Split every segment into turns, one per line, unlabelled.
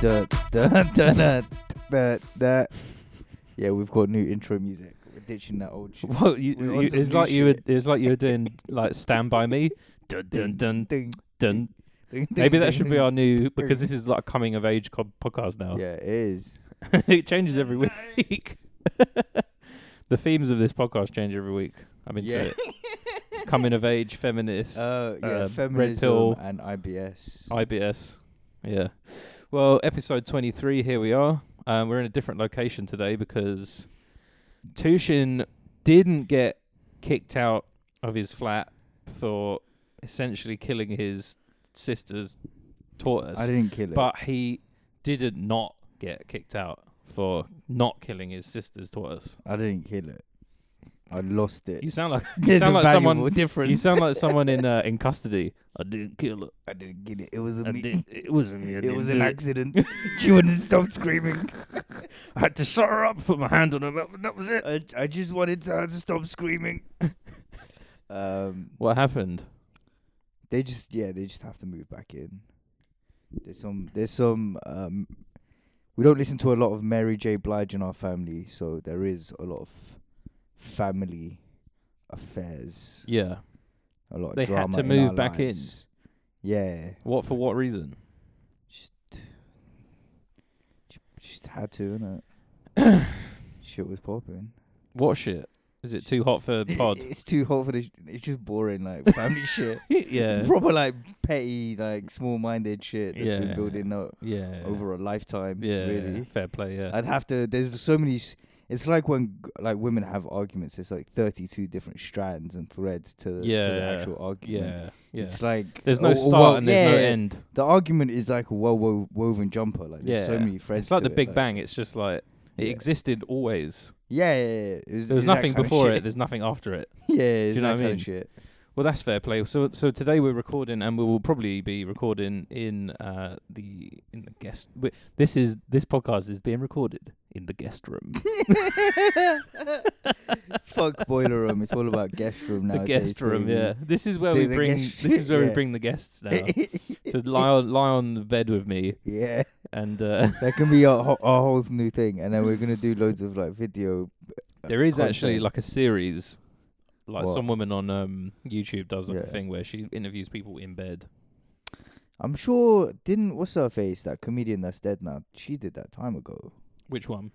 Dun, dun, dun, dun, dun, dun. Yeah, we've got new intro music. We're ditching that old shit.
Well, you,
We
you-
want some
it's
new
like you were,
shit.
it's like you were doing like Stand by Me. Dun dun dun
Ding,
dun.
ding,
Maybe
ding,
that
ding,
should be
ding.
our new because this is like a coming of age co- podcast now.
Yeah, it is.
it changes every week. the themes of this podcast change every week. I'm into
Yeah.
it. It's coming of age, feminist,
Uh, yeah,
uh, red
feminism
pill,
and IBS.
IBS. Yeah. Well, episode 23. Here we are. Um, we're in a different location today because Tushin didn't get kicked out of his flat for essentially killing his sister's tortoise
I didn't kill it.
but he didn't not get kicked out for not killing his sister's tortoise.
I didn't kill it. I lost it.
You sound like you
There's
sound
a
like someone.
valuable difference.
You sound like someone in uh, in custody. I didn't kill it.
I didn't get it. It was a
I
me.
didn't, it wasn't me. I
It was
didn't
an
do
accident. she wouldn't stop screaming.
I had to shut her up, put my hand on her mouth, and that was it.
I, I just wanted her to stop screaming. um,
What happened?
they just yeah, they just have to move back in. There's some there's some um, we don't listen to a lot of Mary J. Blige in our family, so there is a lot of family affairs,
Yeah.
a lot of
They had
drama.
to
in
move
our
back in.
lives. Yeah,
What for? What reason?
just just had to, innit? Shit was popping.
What shit? Is it too hot for pod?
It's too hot for this. It's just boring, like family shit.
yeah.
It's proper like petty, like small-minded shit that's been
Yeah.
building up
Yeah.
over a lifetime.
Yeah.
really.
Fair play. Yeah.
I'd have to. There's so many. s it's like when g- like women have arguments. It's like 32 different strands and threads to, to the
Yeah.
actual argument.
yeah. Yeah.
It's like
There's no
a- a
start
wo-
and there's no
yeah,
end.
The argument is like a well wo- woven jumper. Like there's so many threads.
It's like
to
the Big
it,
Bang. It's just like it
Yeah.
existed always.
Yeah, yeah, yeah. It was,
There was
it's that
nothing
kind of
before
shit.
it. There's nothing after it.
yeah, it's
you know
that
what I
kind
mean?
of shit.
Well, that's fair play. So, so today we're recording, and we will probably be recording in uh, the in the guest. wi- This is this podcast is being recorded in the guest room.
Fuck boiler room. It's all about guest room now.
the guest room. Yeah, this is where we
The- the
bring.
guest-
This is where we
yeah.
bring the guests now to lie on lie on the bed with me,
yeah.
and uh,
That can be our, ho- our whole new thing, and then we're gonna do loads of like video. uh,
there is actually
content.
like a series. Like
What?
some woman on um, YouTube does like a
Yeah.
thing where she interviews people in bed.
I'm sure didn't what's her face that comedian that's dead now? She did that time ago.
Which one?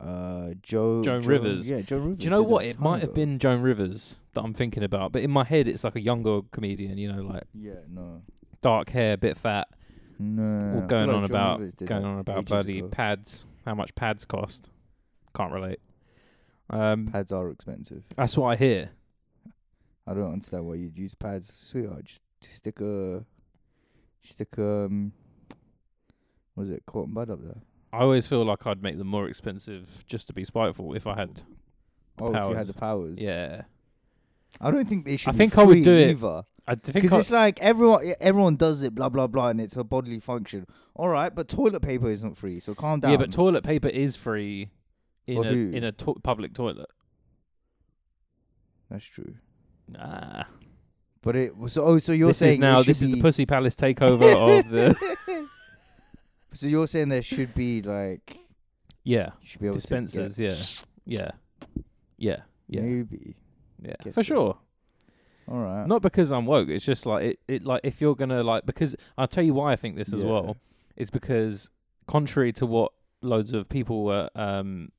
Uh, Joe.
Joan
Joe-
Rivers.
Yeah, Joe Rivers.
Do you know
did that
what? It
time
might have
ago.
been Joan Rivers that I'm thinking about, but in my head, it's like a younger comedian, you know, like
Yeah. No.
dark hair, bit fat,
No. I
all
feel
going
like
on
Joan
about
Rivers did
going
that
on about
ages
bloody
ago.
pads, how much pads cost. Can't relate. Um,
Pads are expensive.
that's what I hear.
I don't understand why you'd use pads, sweetheart. Just, just stick a, just stick a, um, what is it cotton bud up there?
I always feel like I'd make them more expensive just to be spiteful if I had.
Oh, if you had the powers.
Yeah,
I don't think they should.
I
be
think I would
free
do it
either.
I d- think
because
I,
it's like everyone, yeah, everyone does it, blah blah blah, and it's a bodily function. All right, but toilet paper isn't free, so calm down.
yeah, but toilet paper is free in
For
a
who?
in a to- public toilet.
that's true.
Nah,
But it was so. Oh, so you're
this
saying
is now
there should
this is the
be-
Pussy Palace takeover of the
So you're saying there should be like
yeah.
you should be able
dispensers.
to
Yeah, yeah, yeah,
get-
yeah,
maybe.
yeah, Uh,
guess
for
so.
sure.
All right.
Not because I'm woke. It's just like it, it. Like if you're gonna like, because I'll tell you why I think this as
Yeah.
well. It's because contrary to what loads of people at um,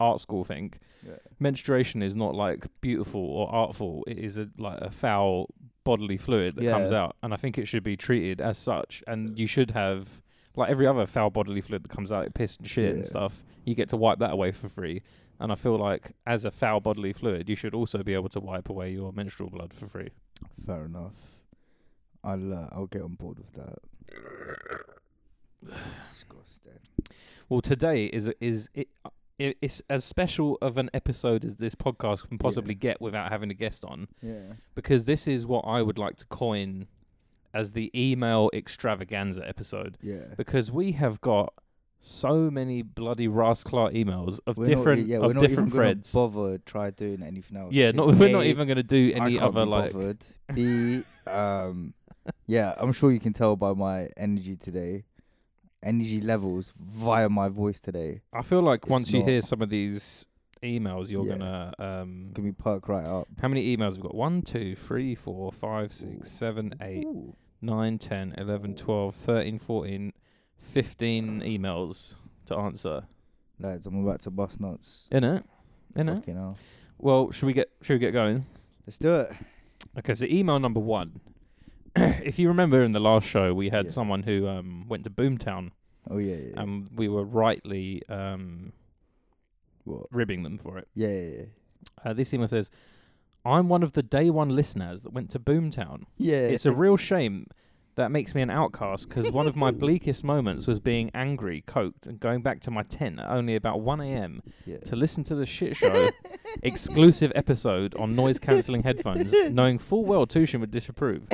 art school think,
Yeah.
menstruation is not like beautiful or artful. It is a, like a foul bodily fluid that comes
Yeah.
out, and I think it should be treated as such. And you should have. Like every other foul bodily fluid that comes out, like piss and shit
Yeah.
and stuff, you get to wipe that away for free. And I feel like, as a foul bodily fluid, you should also be able to wipe away your menstrual blood for free.
Fair enough. I'll uh, I'll get on board with that. Disgusting.
Well, today is is it, it, it's as special of an episode as this podcast can possibly get without having a guest on,
Yeah.
because this is what I would like to coin as the email extravaganza episode,
Yeah.
because we have got so many bloody rascal emails of
We're not e-
different
yeah, we're
of
not
different
even gonna
threads.
Bother try doing anything else.
Yeah, not,
'cause
we're not
A,
even going to do
I
any
can't
other
be
like.
bothered. B um yeah, I'm sure you can tell by my energy today. energy levels via my voice today.
I feel like
It's
once you
not-
hear some of these emails, you're
Yeah.
gonna. Um,
Can we perk right up?
how many emails have we got? One, two, three, four, five, six, seven, eight,
Ooh.
nine, ten, eleven, twelve, thirteen, fourteen, fifteen emails to answer.
Lads, I'm about to bust nuts.
In it, in it.
Fucking hell.
Well, should we get should we get going?
Let's do it.
Okay, so email number one. if you remember in the last show, we had
Yeah.
someone who um, went to Boomtown,
Oh yeah, yeah. yeah.
and we were rightly um,
what?
ribbing them for it.
Yeah, yeah, yeah.
Uh, this email says, "I'm one of the day one listeners that went to Boomtown.
Yeah,
It's a real shame." That makes me an outcast because one of my bleakest moments was being angry, coked, and going back to my tent at only about 1 a.m.
yeah.
to listen to the shit show exclusive episode on noise cancelling headphones, knowing full well Tushin would disapprove.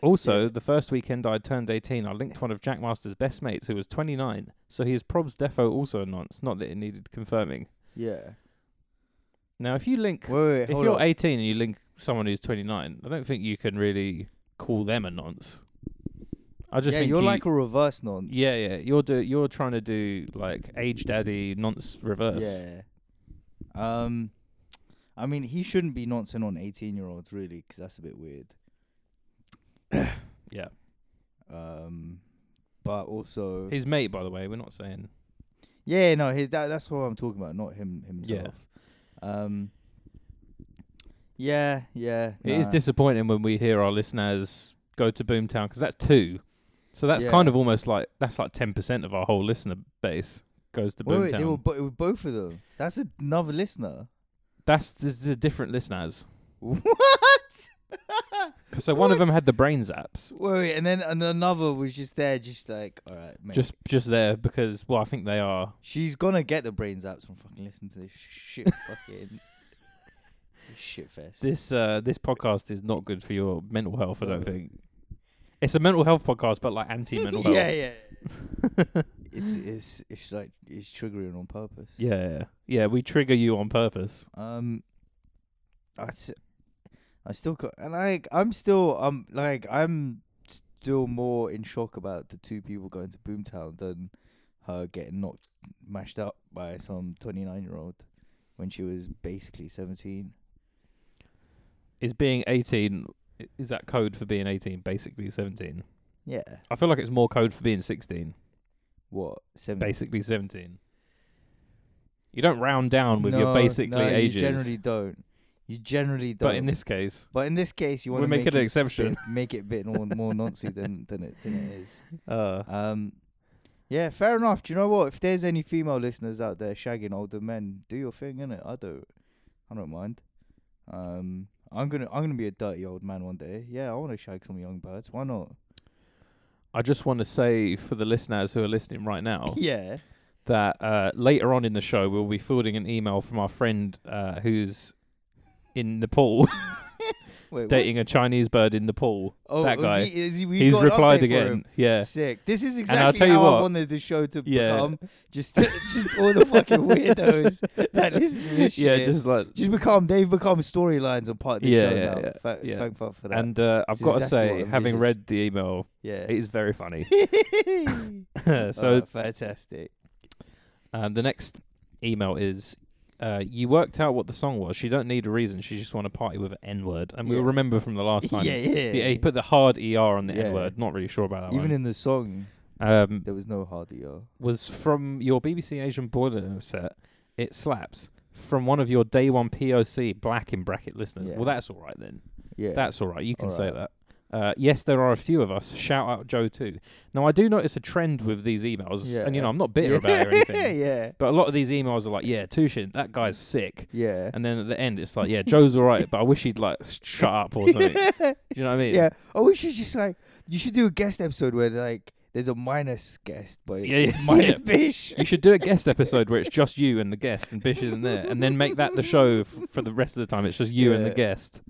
Also, the first weekend I turned 18, I linked one of Jack Master's best mates who was 29, so he is probs defo also a nonce, not that it needed confirming.
yeah.
Now, if you link,
Wait, wait,
if
hold
you're
on.
18 and you link someone who's 29, I don't think you can really call them a nonce. I just
yeah,
think
you're
you-
like a reverse nonce.
yeah, yeah, you're do, you're trying to do like age daddy nonce reverse.
Yeah. Um, I mean, he shouldn't be noncing on eighteen-year-olds, really, 'cause that's a bit weird.
Yeah.
Um, but also,
His mate, by the way, we're not saying.
yeah, no, his that, that's what I'm talking about, not him himself. Um. Yeah, yeah.
It is
nah.
disappointing when we hear our listeners go to Boomtown because that's two. So that's
Yeah.
kind of almost like that's like ten percent of our whole listener base goes to
Wait, wait,
Boomtown.
they were bo- it was both of them. That's another listener.
that's this is different listeners.
What?
'Cause So one of them had the brain zaps,
wait, wait, and then an- another was just there, just like, all right, mate.
just just there because well I think they are.
She's gonna get the brains out from fucking listening to this shit fucking this shit fest.
This uh this podcast is not good for your mental health. I don't
No.
think it's a mental health podcast, but like anti mental health.
yeah, yeah. it's it's it's like it's triggering on purpose.
yeah, yeah, yeah. We trigger you on purpose.
Um, I, s- I still co- and like I'm still um like I'm still more in shock about the two people going to Boomtown than her getting knocked mashed up by some 29 year old when she was basically 17.
Is being eighteen i- is that code for being eighteen? Basically seventeen.
Yeah.
I feel like it's more code for being 16,
What? 17.
basically 17. You don't round down with your
No,
basically
no,
ages.
You generally don't. You generally don't.
but in this case,
but in this case, you want
we're
to
making
make
an
it
exception.
Bit, make it a bit more more noncy than than it than it is.
uh,
Um, yeah, fair enough. Do you know what? If there's any female listeners out there shagging older men, do your thing, innit? I don't, I don't mind. Um, I'm gonna I'm gonna be a dirty old man one day. Yeah, I want to shag some young birds. Why not?
I just want to say for the listeners who are listening right now
Yeah.
that uh, later on in the show, we'll be forwarding an email from our friend uh, who's in Nepal,
Wait,
dating a Chinese bird in Nepal.
oh,
that
is
guy.
He, is he, we
He's
got an update
replied
for him.
again. Yeah.
Sick. This is
I'll
exactly
tell you
how I
what-
wanted the show to
Yeah.
become. Just, just all the fucking weirdos that listen to this
Yeah,
shit.
just like.
just become. They've become storylines on part of the
Yeah,
show
yeah,
now.
yeah,
Fa-
yeah.
Thank fuck for that.
And uh, I've
This is
got to
exactly what
say,
I
having
envisaged.
read the email,
yeah.
it is very funny.
so
so
fantastic.
Um, the next email is, uh, you worked out what the song was. She don't need a reason. She just want to party with an N word. And we'll
Yeah.
remember from the last time.
yeah, yeah.
Yeah, he put the hard ER on the
Yeah.
N word. Not really sure about that
Even
one.
in the song,
um,
there was no hard ER.
was from your BBC Asian Border set. It slaps. From one of your day one POC black in bracket listeners.
Yeah.
Well, that's all right then.
Yeah,
That's all right. You can say
Alright.
that. Uh, yes, there are a few of us. Shout out Joe too. Now I do notice a trend with these emails, and you
Yeah.
know I'm not bitter
yeah.
about it or anything.
yeah, yeah,
But a lot of these emails are like, yeah, Tushin, that guy's sick.
yeah.
And then at the end, it's like, yeah, Joe's all right, but I wish he'd like s- shut up or something. Do you know what I mean?
Yeah. Oh, we should just like you should do a guest episode where like there's a minus guest, but
Yeah,
it's
yeah,
minus
yeah.
fish.
You should do a guest episode where it's just you and the guest and Bish isn't there, and then make that the show f- for the rest of the time. It's just you and the
Yeah.
guest.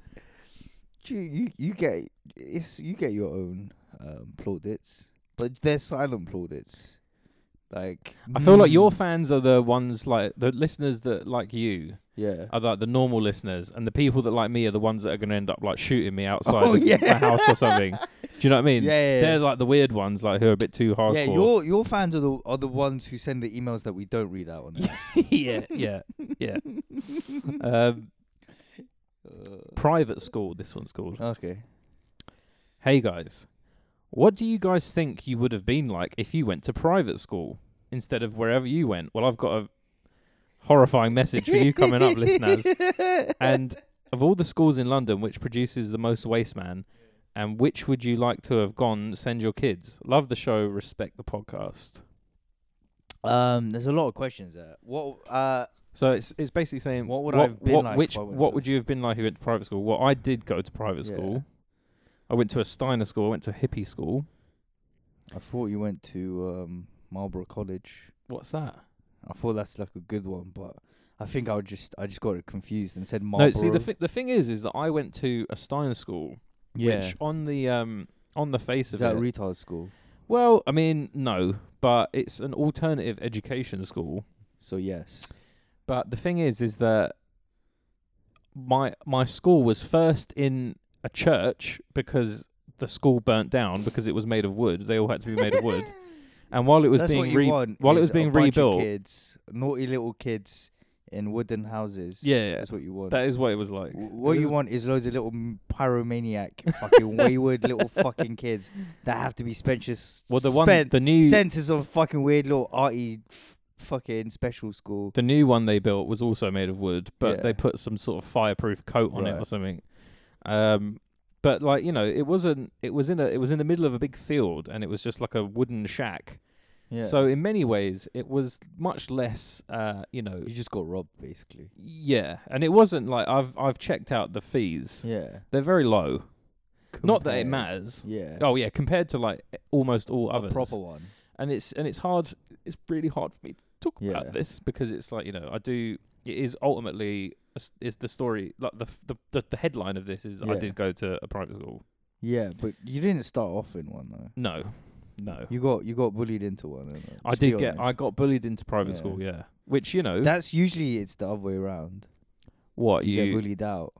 you, you you get it's you get your own um, plaudits, but they're silent plaudits. Like
I feel like your
mm,
fans are the ones like the listeners that like you
yeah.
are like the normal listeners, and the people that like me are the ones that are going to end up like shooting me outside
Oh,
of
yeah.
my house or something. Do you know what I mean?
Yeah, yeah, yeah.
They're like the weird ones, like who are a bit too hardcore.
Yeah, your your fans are the are the ones who send the emails that we don't read out on. air.
yeah, yeah, yeah. Um,
Uh.
private school. This one's called.
okay.
Hey guys, what do you guys think you would have been like if you went to private school instead of wherever you went? Well, I've got a horrifying message for you coming up, listeners. And of all the schools in London, which produces the most waste man, and which would you like to have gone? Send your kids. Love the show. Respect the podcast.
Um, there's a lot of questions there. What uh
So it's it's basically saying
What would I have been like if
which
I went
what
to-
would you have been like if you went to private school? Well, I did go to private
Yeah.
school. I went to a Steiner school. I went to a hippie school.
I thought you went to um Marlborough College.
What's that?
I thought that's like a good one, but I think I would just I just got it confused and said
No,
Marlborough.
see the thi- the thing is, is that I went to a Steiner school,
yeah.
which on the um on the face
Is
of
that
it,
retard school?
well, I mean, no, but it's an alternative education school.
So yes.
But the thing is, is that my my school was first in a church because the school burnt down because it was made of wood. They all had to be made of wood, and while it was
That's what
being
you
re-
want.
while it
is
was being
a bunch of
rebuilt-
kids, naughty little kids in wooden houses.
Yeah, yeah.
that's what you want.
that is what it was like.
W- What
It
you
was-
want is loads of little m- pyromaniac, fucking wayward little fucking kids that have to be spent just
Well, the one
spent
the new
centers of fucking weird little arty f- fucking special school.
The new one they built was also made of wood, but they
Yeah.
put some sort of fireproof coat on it or
Right.
something. Um, but like you know, it wasn't. It was in a. It was in the middle of a big field, and it was just like a wooden shack.
Yeah.
So in many ways, it was much less. Uh, you know,
you just got robbed basically.
yeah, and it wasn't like I've I've checked out the fees.
Yeah.
They're very low. Not that it
Compared-
matters.
Yeah.
Oh yeah, compared to like almost all
a
others.
proper one.
and it's and it's hard it's really hard for me to talk
Yeah.
about this because it's like you know i do it is ultimately a s- is the story like the f- the the, the headline of this is i
Yeah.
did go to a private school
Yeah, but you didn't start off in one though.
no no
You got you got bullied into one. innit?
i
Just
did
be
get i
honest.
got bullied into private
Yeah.
school yeah which you know
That's usually it's the other way around.
what
You,
you,
get bullied out.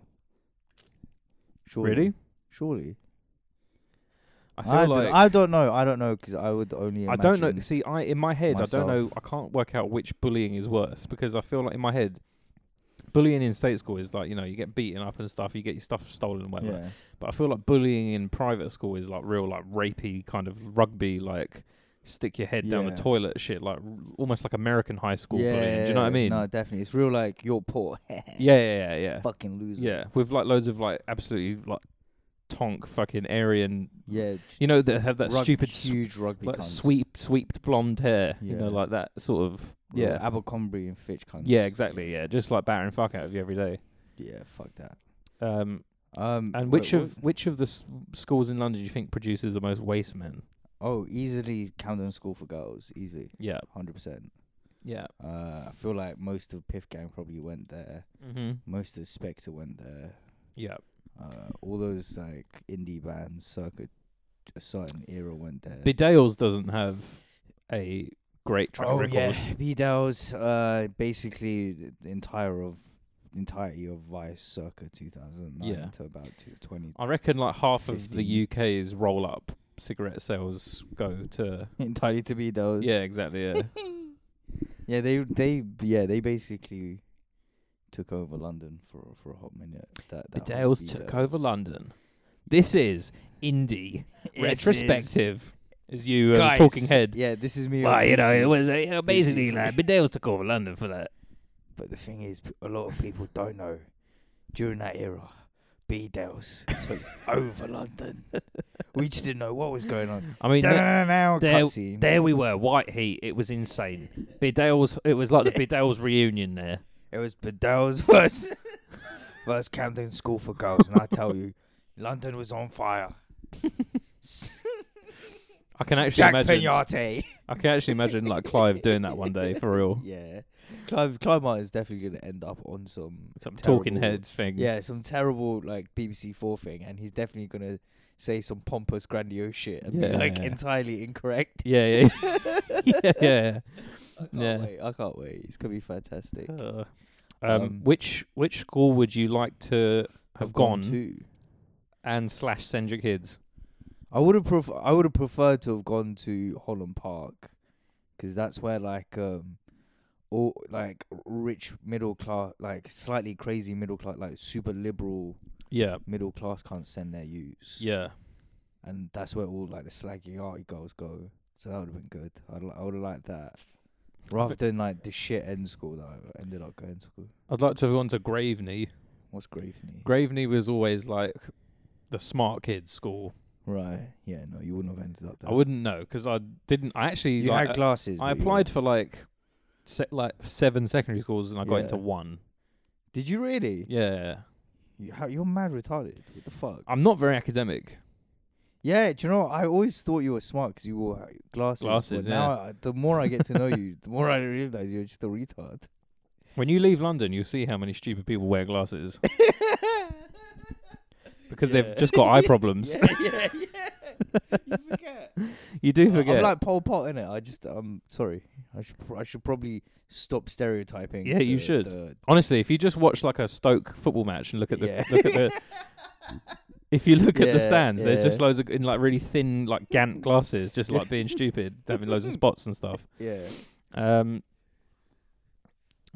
Surely.
really
Surely.
i feel
I,
like
don't, I don't know. I don't know because I would only.
I don't know.
imagine-
See, I in my head, I don't know.
myself.
I can't work out which bullying is worse because I feel like in my head, bullying in state school is like you know you get beaten up and stuff, you get your stuff stolen, and whatever.
Yeah.
But I feel like bullying in private school is like real, like rapey kind of rugby, like stick your head down the
Yeah.
toilet shit, like r- almost like American high school bullying. Do you know what I
yeah,
mean?
No, definitely. It's real like you're poor.
Yeah, yeah, yeah, yeah.
Fucking loser.
Yeah, with like loads of like absolutely like tonk fucking Aryan,
Yeah.
you know, that have that
rug-
stupid sw-
huge rugby
like
cunts.
sweep sweeped blonde hair, you know,
Yeah.
like that sort of
Little
yeah,
Abercrombie and Fitch cunts.
yeah, exactly, yeah, just like battering fuck out of you every day.
Yeah, fuck that.
Um,
Um
and
wait,
which
what-
of which of the s- schools in London do you think produces the most waste men?
Oh, easily Camden School for Girls, easy.
Yeah,
Hundred percent.
yeah.
Uh I feel like most of Piff Gang probably went there.
Mm-hmm.
Most of Spectre went there.
Yeah.
Uh all those like indie bands circa a certain era went there.
Bidales doesn't have a great track
oh
record.
yeah. B Dell's uh basically the the entire of entirety of Vice circa two thousand nine
Yeah. Oh.
to about two twenty
I reckon like half of
15.
the UK's roll up cigarette sales go to
entirely to be those.
Yeah, exactly, yeah.
Yeah, they they yeah, they basically took over London for for a hot minute. That, that whole E
Bidales took
Beatles.
over London. This is indie
Yes, yes.
retrospective. As you uh,
Guys,
talking head.
Yeah, this is me.
Well,
on
you know, it
BBC.
was uh, you know, basically
Easy.
like Bidales took over London for that.
But the thing is, p- a lot of people don't know. During that era, Beatles took over London. We just didn't know what was going on.
I mean, there,
Now
there-
cutscene.
there we were, white heat. It was insane. Bidales, it was like the Bidales reunion there.
It was Bedell's first first Camden School for Girls, and I tell you, London was on fire.
I can actually
Jack
imagine.
Pignate.
I can actually imagine like Clive doing that one day for real.
Yeah, Clive Clive Martin's definitely going to end up on some
Some
terrible-
talking heads thing.
Yeah, some terrible like BBC Four thing, and he's definitely going to say some pompous, grandiose shit and be like
Yeah.
entirely incorrect.
Yeah, yeah, yeah, yeah.
I can't
Yeah.
wait. I can't wait. It's gonna be fantastic.
Uh, um,
Um,
which which school would you like to have gone,
to.
and slash send your kids?
I would have pref- I would have preferred to have gone to Holland Park, because that's where like um, all like rich middle class, like slightly crazy middle class, like super liberal
Yeah,
middle class can't send their youths.
yeah,
and that's where all like the slaggy arty girls go. So that would have been good. I'd li- I would have liked that. Rather than like the shit end school that I ended up going to school.
I'd like to have gone to Graveney.
What's Graveney?
Graveney was always like the smart kids school.
right. Yeah. No, you wouldn't have ended up there.
I wouldn't know because I didn't. I actually
You
like,
had glasses.
I
but you
applied
weren't-
for like se- like seven secondary schools and I got
Yeah.
into one.
Did you really?
Yeah,
You, how, you're mad retarded. What the fuck?
I'm not very academic.
Yeah, do you know? what? I always thought you were smart because you wore glasses. but
Glasses,
Now, I, the more I get to know you, the more I realize you're just a retard.
When you leave London, you'll see how many stupid people wear glasses because
Yeah.
they've just got eye problems.
yeah, yeah, yeah. You forget.
You do
I-
forget.
I'm like Pol Pot in it. I just I'm sorry. I should pr- I should probably stop stereotyping.
Yeah, you
the-
should.
the-
Honestly, if you just watch like a Stoke football match and look at the
Yeah.
look at the if you look at
Yeah,
the stands, there's just
yeah.
loads of in like really thin like Gant glasses, just like being stupid, having loads of spots and stuff.
yeah.
Um,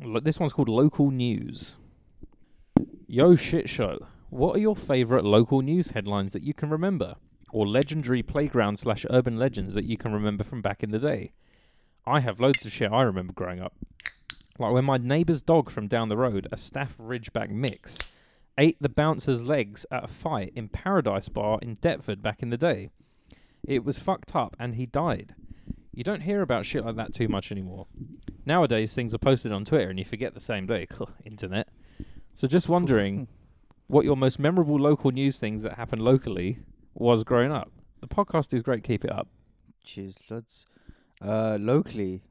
lo- this one's called local news. Yo shit show. What are your favourite local news headlines that you can remember, or legendary playground slash urban legends that you can remember from back in the day? I have loads of shit I remember growing up, like when my neighbour's dog from down the road, a staff ridgeback mix, ate the bouncer's legs at a fight in Paradise Bar in Deptford back in the day. It was fucked up, and he died. You don't hear about shit like that too much anymore. Nowadays, things are posted on Twitter and you forget the same day. Internet. So, just wondering
Hmm.
what your most memorable local news things that happened locally was growing up. The podcast is great. Keep it up.
Cheers, lads. Uh, locally,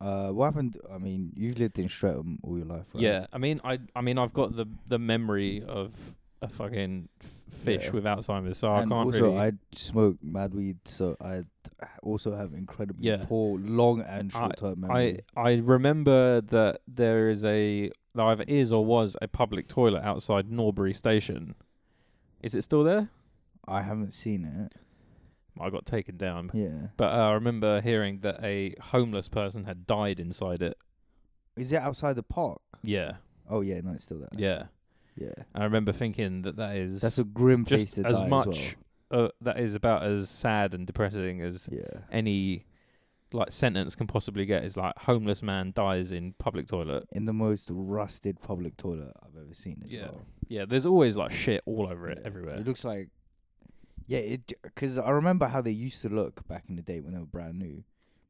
uh, what happened? I mean, you've lived in Streatham all your life, right?
Yeah, I mean, I, I mean, I've got the the memory of a fucking f- fish
Yeah.
with Alzheimer's, so I
and
can't
also,
really.
I smoke mad weed, so I also have incredibly
Yeah.
poor long and
I-
short term
I
memory.
I remember that there is a there either is or was a public toilet outside Norbury Station. Is it still there?
I, haven't seen it.
I got taken down
Yeah.
But uh, I remember hearing that a homeless person had died inside it.
Is it outside the park?
Yeah,
Oh yeah, no, it's still there.
yeah.
Yeah.
I remember thinking that that is
That's a grim place
just
to
as
die
much. uh, that is about as sad and depressing as
As well. Yeah.
any like sentence can possibly get. Is like homeless man dies in public toilet.
in the most rusted public toilet I've ever seen as
Yeah,
well.
Yeah, there's always like shit all over it
Yeah.
everywhere.
It looks like yeah, it because I remember how they used to look back in the day when they were brand new.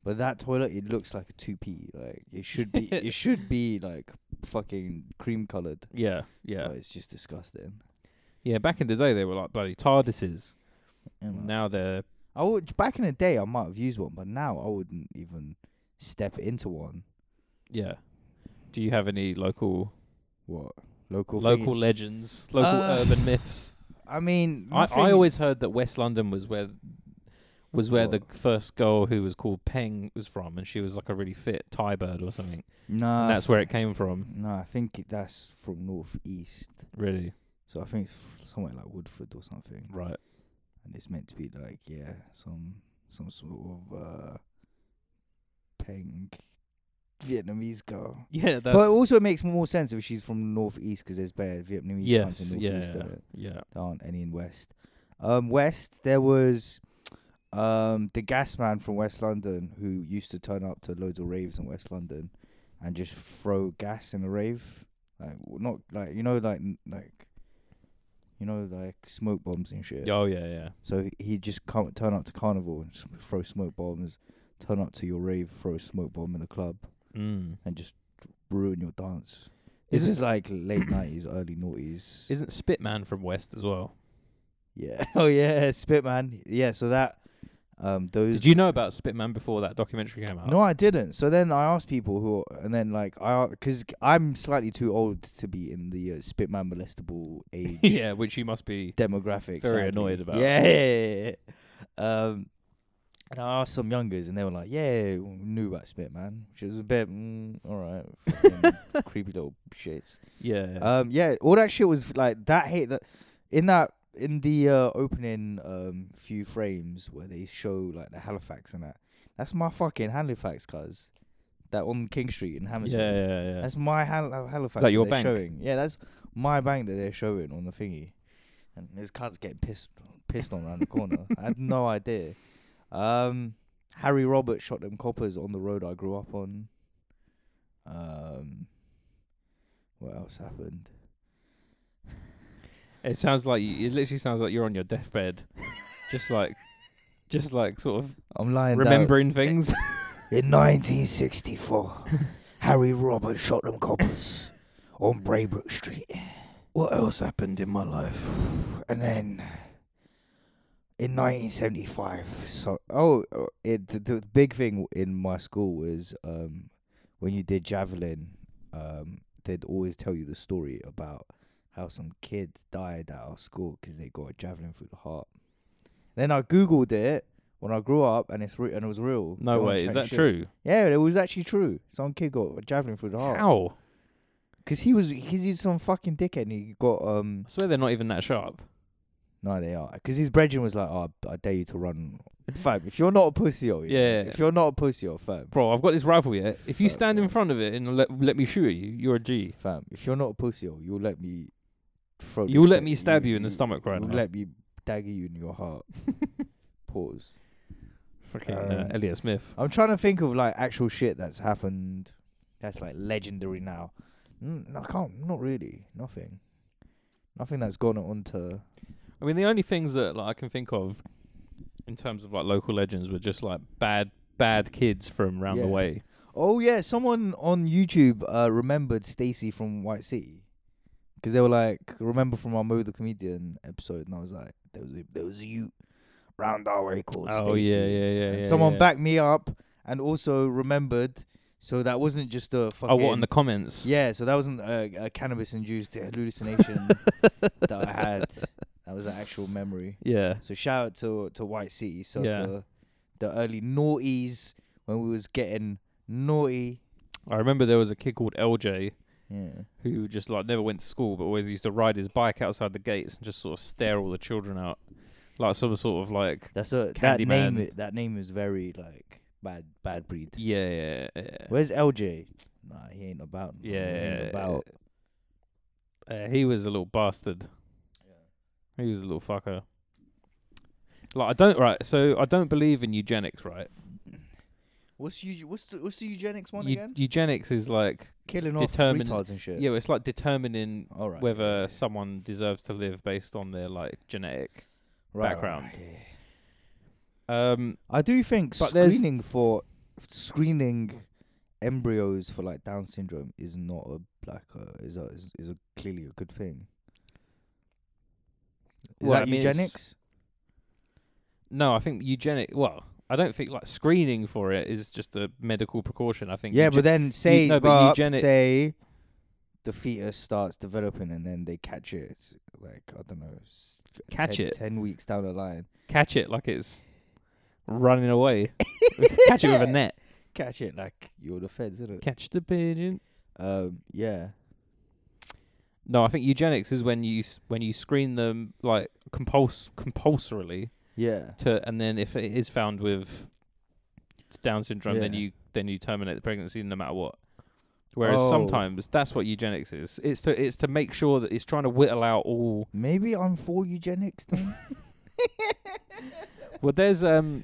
But that toilet, it looks like a two P. Like it should be, it should be like fucking cream colored.
yeah, yeah,
it's just disgusting.
yeah. Back in the day, they were like bloody Tardises.
And, like,
Now they're
I would back in the day, I might have used one, but now I wouldn't even step into one.
yeah. Do you have any local
What local? thingy?
local legends, local
Uh,
urban myths?
I mean,
I,
nothing-
I always heard that West London was where was where the
What?
first girl who was called Peng was from, and she was like a really fit Thai bird or something.
nah.
and that's where it came from.
No, I think it- that's from northeast.
Really,
So I think it's f- somewhere like Woodford or something,
right?
and it's meant to be like yeah, some some sort of uh, Peng Vietnamese girl.
Yeah, that's
but also, it makes more sense if she's from northeast because there's bare Vietnamese yes,
yes,
in
yeah,
northeast. Yeah.
yeah.
There aren't any in west. Um, west there was um the gas man from West London who used to turn up to loads of raves in West London and just throw gas in the rave, like w- not like you know like n- like you know like smoke bombs and shit.
Oh yeah, yeah.
So he'd just come turn up to carnival and s- throw smoke bombs, turn up to your rave, throw a smoke bomb in a club,
Mm.
and just ruin your dance. This
Is
is like late nineties, early noughties.
Isn't Spitman from West as well?
Yeah. Oh yeah, Spitman. Yeah. So that, Um, those
Did you know about Spitman before that documentary came out?
No, I didn't. So then I asked people who, and then like I, because I'm slightly too old to be in the uh, Spitman molestable age
yeah, which you must be.
demographic. sadly.
Very annoyed about.
Yeah, yeah, yeah, yeah. Um, and I asked some youngers, and they were like, "Yeah, we knew about Spitman," which was a bit, mm, all right, fucking creepy little shits.
Yeah.
Um, yeah, all that shit was like that hit that in that in the uh, opening um few frames where they show like the Halifax and that. That's my fucking Halifax, cuz that on King Street in
yeah,
Hammersmith.
yeah, yeah.
That's my Hal- uh, Halifax.
Is that your
they're
bank?
Showing. Yeah, that's my bank that they're showing on the thingy, and his cut's getting pissed pissed on around the corner. I had no idea. Um, Harry Roberts shot them coppers on the road I grew up on. Um, what else happened?
It sounds like you, it literally sounds like you're on your deathbed, just like, just like sort of
I'm lying. down.
remembering things.
In 1964, Harry Roberts shot them coppers on Braybrook Street.
what else happened in my life?
And then in 1975, so oh, uh, it the, the big thing in my school was um when you did javelin, um they'd always tell you the story about how some kids died at our school 'cause they got a javelin through the heart. Then I googled it when I grew up, and it's re- and it was real.
No
They won't
way, is
change
that
shit.
true?
Yeah, it was actually true. Some kid got a javelin through the heart.
How?
Cause he was, cause he's some fucking dickhead, and he got um.
I swear they're not even that sharp.
No, they are. Because his brethren was like, oh, I dare you to run. Fam, if you're not a pussy, you're
Yeah.
If you're not a pussy, oh, you're fam.
Bro, I've got this rifle here. If you
Fuck,
stand in
bro.
front of it and let, let me shoot at you, you're a G.
Fam, if you're not a pussy, you're, you'll let me throw
You'll
this
let
bit-
me stab you in the stomach right
You'll
now.
let me dagger you in your heart. Pause.
Fucking uh,
Um,
Elliot Smith.
I'm trying to think of like actual shit that's happened that's like legendary now. Mm, no, I can't, not really. Nothing. Nothing that's gone on to.
I mean, the only things that like I can think of in terms of like local legends were just like bad, bad kids from round the
Yeah.
way.
Oh yeah, someone on YouTube uh, remembered Stacy from White City because they were like, "Remember from our Mo the Comedian episode?" And I was like, "There was a, there was a you round our way called
Oh
Stacy."
yeah, yeah, yeah.
And
yeah,
someone
yeah.
backed me up and also remembered, so that wasn't just a fucking.
Oh, what in the comments?
Yeah, so that wasn't a, a cannabis-induced hallucination that I had. That was an actual memory.
Yeah.
So shout out to to White City, so
Yeah.
the, the early noughties when we was getting naughty.
I remember there was a kid called LJ
Yeah.
who just like never went to school but always used to ride his bike outside the gates and just sort of stare all the children out. Like some sort of like
That's a that
Candyman.
name. i- That name is very like bad, bad breed.
yeah, yeah, yeah.
Where's LJ? Nah, he ain't about. he
Yeah.
ain't about.
Uh, he was a little bastard. He was a little fucker. Like I don't right, so I don't believe in eugenics, right?
What's you? What's the what's the eugenics one
Eu-
again?
Eugenics is like
Killing off
determin-
retards and shit.
yeah, it's like determining
All right.
whether
yeah.
someone deserves to live based on their like genetic.
Right, right,
background.
right, yeah.
Um,
I do think
But there's-
screening for screening embryos for like Down syndrome is not a like a is a is, is a clearly a good thing. Is
Well, I
that
mean, it's-
eugenics?
no, I think eugenic. Well, I don't think like screening for it is just a medical precaution. I think
Yeah,
euge-
but then say
no, but
but
eugenic-
say the fetus starts developing and then they catch it. It's like I don't know, s-
Catch
ten,
it.
ten weeks down the line.
catch it like it's running away. catch it with a net.
Catch it like you're the feds, isn't it?
Catch the pigeon.
Um, yeah,
No, I think eugenics is when you s- when you screen them like compuls compulsorily
yeah.
to, and then if it is found with Down syndrome, then
Yeah.
you then you terminate the pregnancy no matter what. Whereas
Oh.
sometimes that's what eugenics is. It's to it's to make sure that it's trying to whittle out all.
Maybe I'm for eugenics then.
Well, there's um,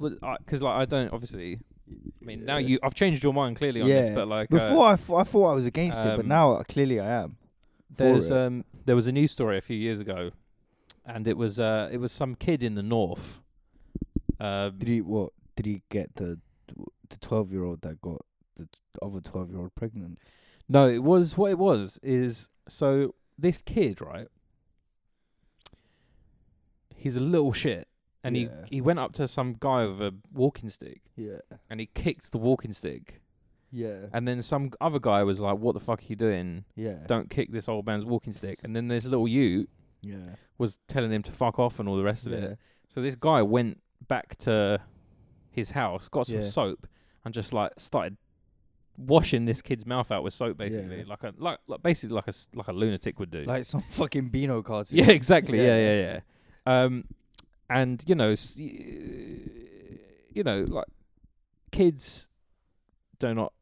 because like I don't obviously. I mean, now
Yeah.
you I've changed your mind clearly on this,
Yeah.
but like uh,
Before I, th- I thought I was against it, but
um,
now uh, clearly I am. for
There's
it.
um there was a news story a few years ago, and it was uh it was some kid in the north. Um,
Did he what? Did he get the the twelve year old that got the t- other twelve year old pregnant?
no, it was what it was is so this kid right. He's a little shit, and
Yeah.
he he went up to some guy with a walking stick
Yeah.
and he kicked the walking stick.
Yeah.
And then some other guy was like, "What the fuck are you doing?
Yeah.
Don't kick this old man's walking stick." And then this little Ute
Yeah.
was telling him to fuck off and all the rest of
Yeah.
it. So this guy went back to his house, got some
Yeah.
soap, and just like started washing this kid's mouth out with soap,
Yeah.
basically, like a like, like basically like a s- like a lunatic would do.
Like some fucking Beano cartoon.
yeah, exactly. Yeah,
Yeah.
yeah, yeah. Um, and you know, s- y- you know, like kids do not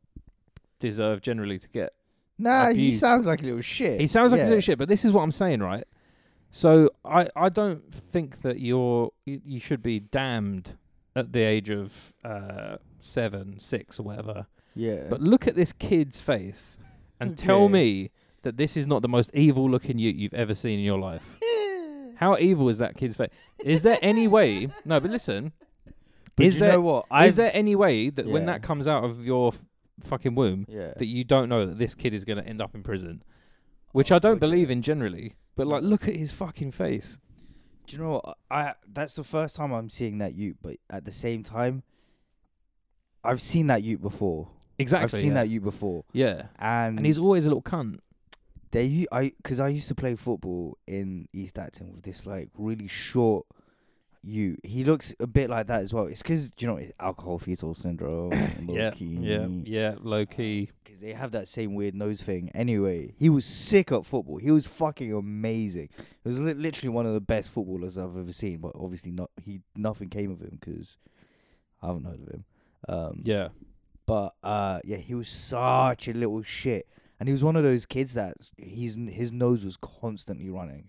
deserve generally to get
Nah, he
Abused.
sounds like a little shit.
he sounds like
yeah.
a little shit, but this is what I'm saying, right? So I, I don't think that you're you, you should be damned at the age of uh, seven, six, or whatever.
Yeah.
But look at this kid's face and tell
Okay.
me that this is not the most evil looking you you've ever seen in your life. How evil is that kid's face? Is there any way? No, but listen.
But
is
you
there
know what?
is there any way that when
Yeah.
that comes out of your f- fucking womb,
Yeah.
that you don't know that this kid is going to end up in prison, which I don't
Oh, would you?
believe in generally. But like, look at his fucking face.
Do you know what? I that's the first time I'm seeing that Ute, but at the same time, I've seen that Ute before.
Exactly.
I've seen
yeah.
that Ute before,
Yeah,
and,
and he's always a little cunt.
they u- I because I used to play football in East Acton with this like really short Ute. He looks a bit like that as well. It's because do you know it's alcohol fetal syndrome?
Yeah, yeah, yeah. Low key.
Because they have that same weird nose thing. Anyway, he was sick at football. He was fucking amazing. He was li- literally one of the best footballers I've ever seen. But obviously, not he. Nothing came of him because I haven't heard of him. Um,
Yeah,
But uh, yeah, he was such a little shit, and he was one of those kids that s- he's his nose was constantly running.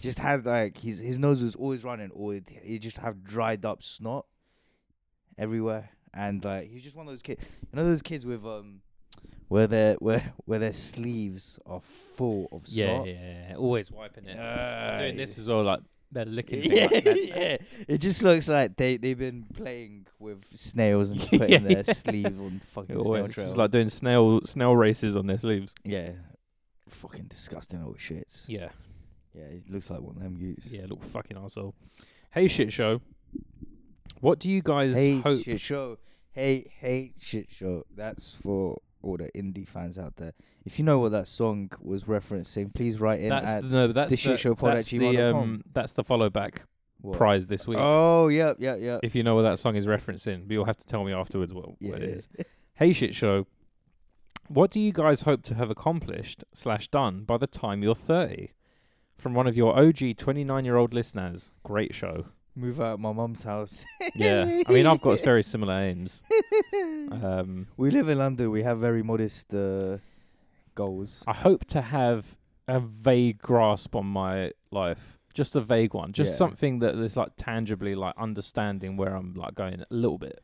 Just had like his his nose was always running, or he'd- he just have dried up snot everywhere, and like he was just one of those kids. You know those kids with um, where their where where their sleeves are full of
yeah,
snot.
yeah, yeah. Always wiping it.
Yeah.
Doing this as well, like they're licking.
Yeah, yeah. It just looks like they they've been playing with snails and just putting
Yeah,
their
yeah.
sleeve on fucking snail
Always,
trail.
just like doing snail snail races on their sleeves.
Yeah. Fucking disgusting old shits.
Yeah,
Yeah, it looks like one of them used.
yeah. Little fucking asshole. Hey, shit show. What do you guys
Hey
hope?
shit show. Hey, hey shit show. That's for all the indie fans out there. If you know what that song was referencing, please write in
That's
at
the, no, that's
the
the,
shit show pod
that's
at
the
gmail dot com.
um, that's the follow back
what?
prize this week.
Oh, yep, yep, yep.
if you know what that song is referencing, but you'll have to tell me afterwards what,
yeah.
what it is. Hey shit show. What do you guys hope to have accomplished slash done by the time you're thirty? From one of your OG twenty nine year old listeners. Great show.
Move out of my mum's house.
Yeah. I mean I've got very similar aims. Um
we live in London. We have very modest uh, goals.
I hope to have a vague grasp on my life. Just a vague one. Just
Yeah.
something that is like tangibly like understanding where I'm like going a little bit.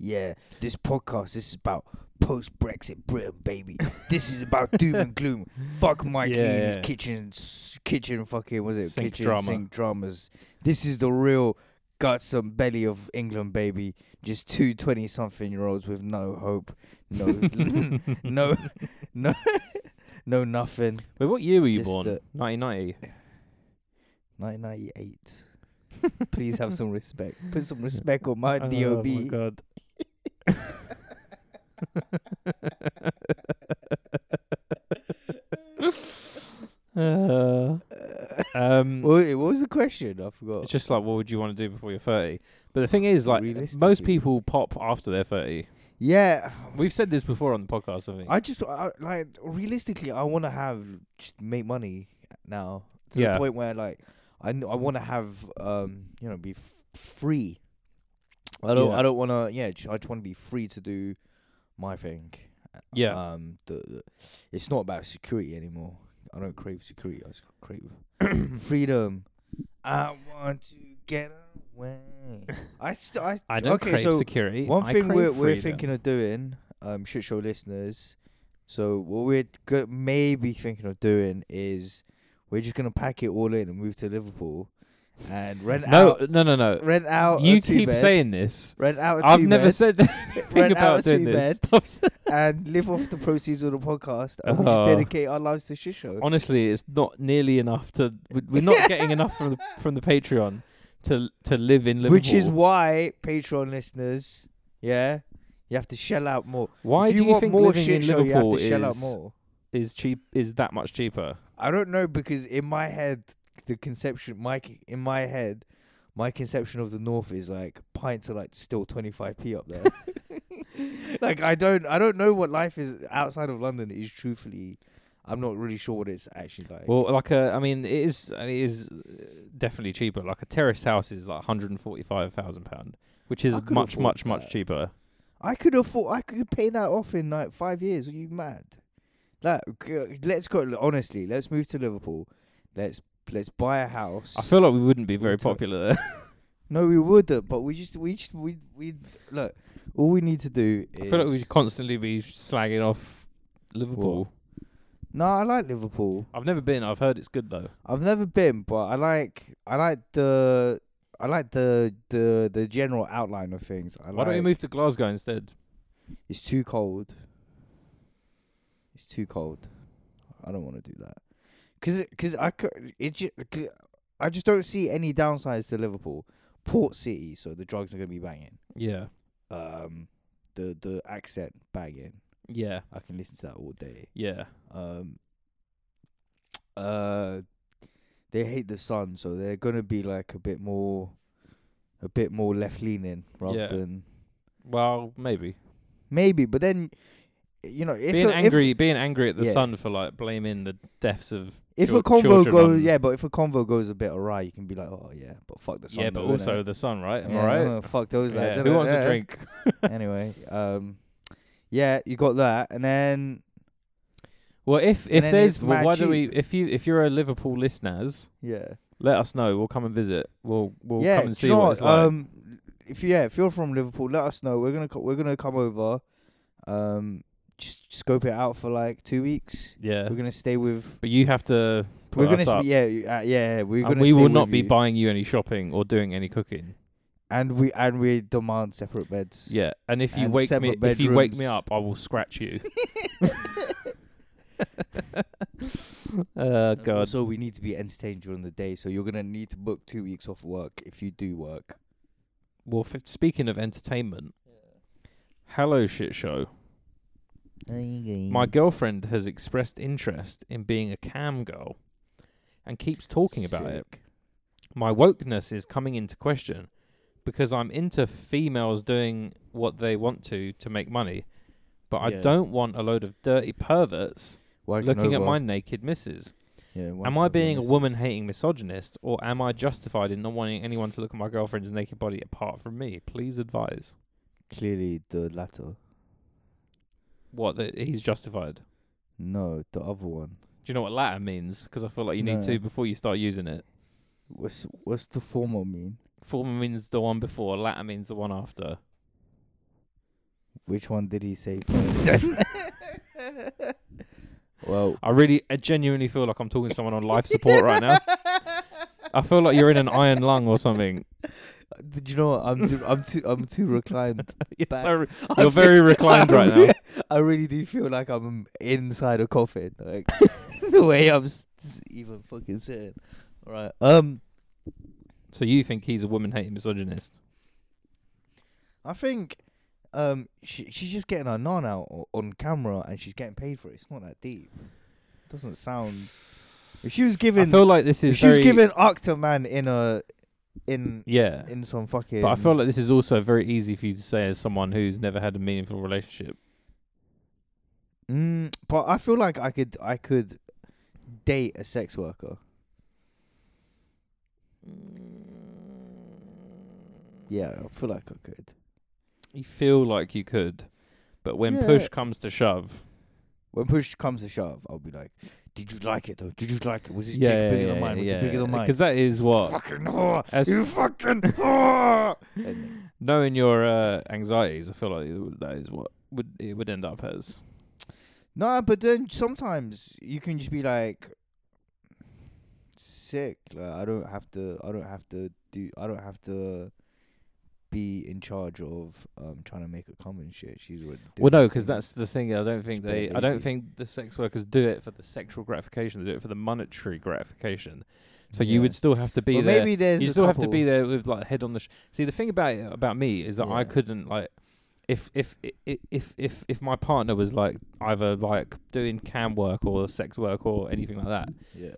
Yeah, this podcast is about post Brexit Britain, baby. this is about doom and gloom. Fuck Mike
Yeah,
Lee and his
yeah.
kitchen, s- kitchen fucking was it
Sink
kitchen
drama.
sink dramas. This is the real guts and belly of England, baby. Just two 20 something year olds with no hope, no, no, no, no, nothing.
Wait, what year were you
Just, uh,
born? Nineteen ninety.
1998. Please have some respect. Put some respect on my
Oh
DOB.
my god. Uh, um,
What, what was the question? I forgot.
it's just like, what would you want to do before you're 30? But the thing is, like, most
Realistically.
people pop after they're 30.
yeah,
We've said this before on the podcast, I think.
I just I, like realistically, I want to have just make money now to the
Yeah.
point where like I kn- I want to have um you know be f- free. I don't
Yeah.
I don't want to yeah ju- I just want to be free to do my thing.
yeah.
Um, the, the, it's not about security anymore. I don't crave security. I just crave freedom. I want to get away. I still I,
I don't
okay,
crave
so
security.
one
I
thing
crave
we're, we're
freedom.
thinking of doing, um, shit show listeners. So what we're go- maybe thinking of doing is we're just gonna pack it all in and move to Liverpool and rent
No,
out,
no, no, no.
rent out. a
You keep
two-bed,
saying this.
rent out. i
I've never said
rent
anything
out a
about doing this.
two-bed.
Stop saying-
and live off the proceeds of the podcast and we just
Oh.
dedicate our lives to shit show.
Honestly, it's not nearly enough to. we- We're not getting enough from the, from the Patreon to to live in Liverpool.
Which is why Patreon listeners, yeah, you have to shell out more.
why
if
do you
want
think
more
living
shit
in
show, you have
Liverpool
to shell out
is
more?
is cheap is that much cheaper?
I don't know because in my head, the conception, my c- in my head, my conception of the North is like pints are like still twenty five p up there. like I don't, I don't know what life is outside of London. Is truthfully, I'm not really sure what it's actually like.
Well, like a, I mean, it is it is uh, definitely cheaper. Like a terraced house is like 145 thousand pound, which is
I could
much
afford
much much
that.
cheaper.
I could afford. I could pay that off in like five years. Are you mad? Like, g- let's go. Honestly, let's move to Liverpool. Let's let's buy a house.
I feel like we wouldn't be very
Totally.
popular there.
no, we would, uh, but we just we just we we look. All we need to do. Is
I feel like we'd constantly be slagging off Liverpool.
No, I like Liverpool.
I've never been. I've heard it's good though.
I've never been, but I like I like the I like the the the general outline of things. I
Why don't we
like-
move to Glasgow instead?
It's too cold. It's too cold. I don't want to do that. Cause, it- cause I could, it ju- 'cause I just don't see any downsides to Liverpool, port city. So the drugs are gonna be banging.
Yeah,
Um, the the accent banging.
yeah,
I can listen to that all day.
yeah.
Um, uh, they hate the sun, so they're gonna be like a bit more, a bit more left leaning rather
Yeah.
than
Well, maybe
maybe. But then, you know, if
being
a- if-
angry, being angry at the
Yeah.
sun for like blaming the deaths of
If
chil-
a convo
children
goes,
on-
yeah, but if a convo goes a bit awry, you can be like, oh yeah, but fuck the sun.
yeah, but
though,
also
innit?
the sun, right? Am
yeah,
I right?
no, fuck those lads.
Yeah.
innit?
Who wants
Yeah.
a drink?
anyway, um, yeah, you got that, and then
Well, if if
then
there's
it's
well,
mad
why do we if you if you're a Liverpool listeners,
yeah,
let us know. We'll come and visit. We'll we'll
yeah,
come and
do you
see
know
what it's like.
Um, if you- yeah, if you're from Liverpool, let us know. We're gonna co- we're gonna come over, um, just scope it out for like two weeks.
yeah,
We're gonna stay with.
but you have to. Put
We're gonna s-
us up.
yeah uh, yeah yeah, we're
and
gonna
we
stay
will
with
not be
you.
buying you any shopping or doing any cooking.
and we and we demand separate beds
Yeah, and if you
And
wake me
separate
if you wake me
bedrooms.
up, I will scratch you. uh,
And
Oh, God.
Also, we need to be entertained during the day, so you're gonna need to book two weeks off work if you do work.
Well, f- speaking of entertainment, hello shit show. My girlfriend has expressed interest in being a cam girl, and keeps talking about it. my wokeness is coming into question because I'm into females doing what they want to to make money, but I
Yeah.
don't want a load of dirty perverts looking at my naked misses. am I being a woman hating misogynist or am I justified in not wanting anyone to look at my girlfriend's naked body apart from me? Please advise.
Clearly, the latter.
What that he's justified. Do
No, the other one.
you know what latter means? Because I feel like you need
No.
to before you start using it.
What's what's the former mean?
Former means the one before, latter means the one after.
Which one did he say first? well,
I really, I genuinely feel like I'm talking to someone on life support right now. I feel like you're in an iron lung or something.
did you know what? I'm too, I'm too I'm too reclined.
You're,
Back.
so, you're very reclined
I
right now.
re- I really do feel like I'm inside a coffin. Like the way I'm s- s- even fucking sitting. Right. Um.
So you think he's a woman-hating misogynist?
I think um she she's just getting her non out o- on camera and she's getting paid for it. It's not that deep. Doesn't sound. If she was
I
given,
feel like this
if
is
she was
very-
given Octoman in a in
yeah.
in some fucking.
But I feel like this is also very easy for you to say as someone who's never had a meaningful relationship.
Mm, but I feel like I could I could date a sex worker.
Mm.
Yeah, I feel like I could.
You feel like you could, but when
Yeah.
push comes to shove,
When push comes to shove, I'll be like, "Did you like it though? Did you like it? Was this
yeah,
dick bigger than mine? Was it bigger than mine?"
Because that is what
fucking whore.
As-
you fucking whore. And-
knowing your uh, anxieties, I feel like that is what would it would end up as.
Nah, but then sometimes you can just be like sick. Like I don't have to. I don't have to do. I don't have to be in charge of um trying to make her come and shit. She's already. doing
Well, no,
it to
because
me.
that's the thing. I don't think
It's pretty
they. I don't
easy.
think the sex workers do it for the sexual gratification. They do it for the monetary gratification. So you
Yeah.
would still have to be
But
there.
maybe there's
you
a
still have to
couple-
be there with like head on the. Sh- See, the thing about it, about me is that I
Yeah.
couldn't like, if if i- i- if if if my partner was like either like doing cam work or sex work or anything like that,
Yeah.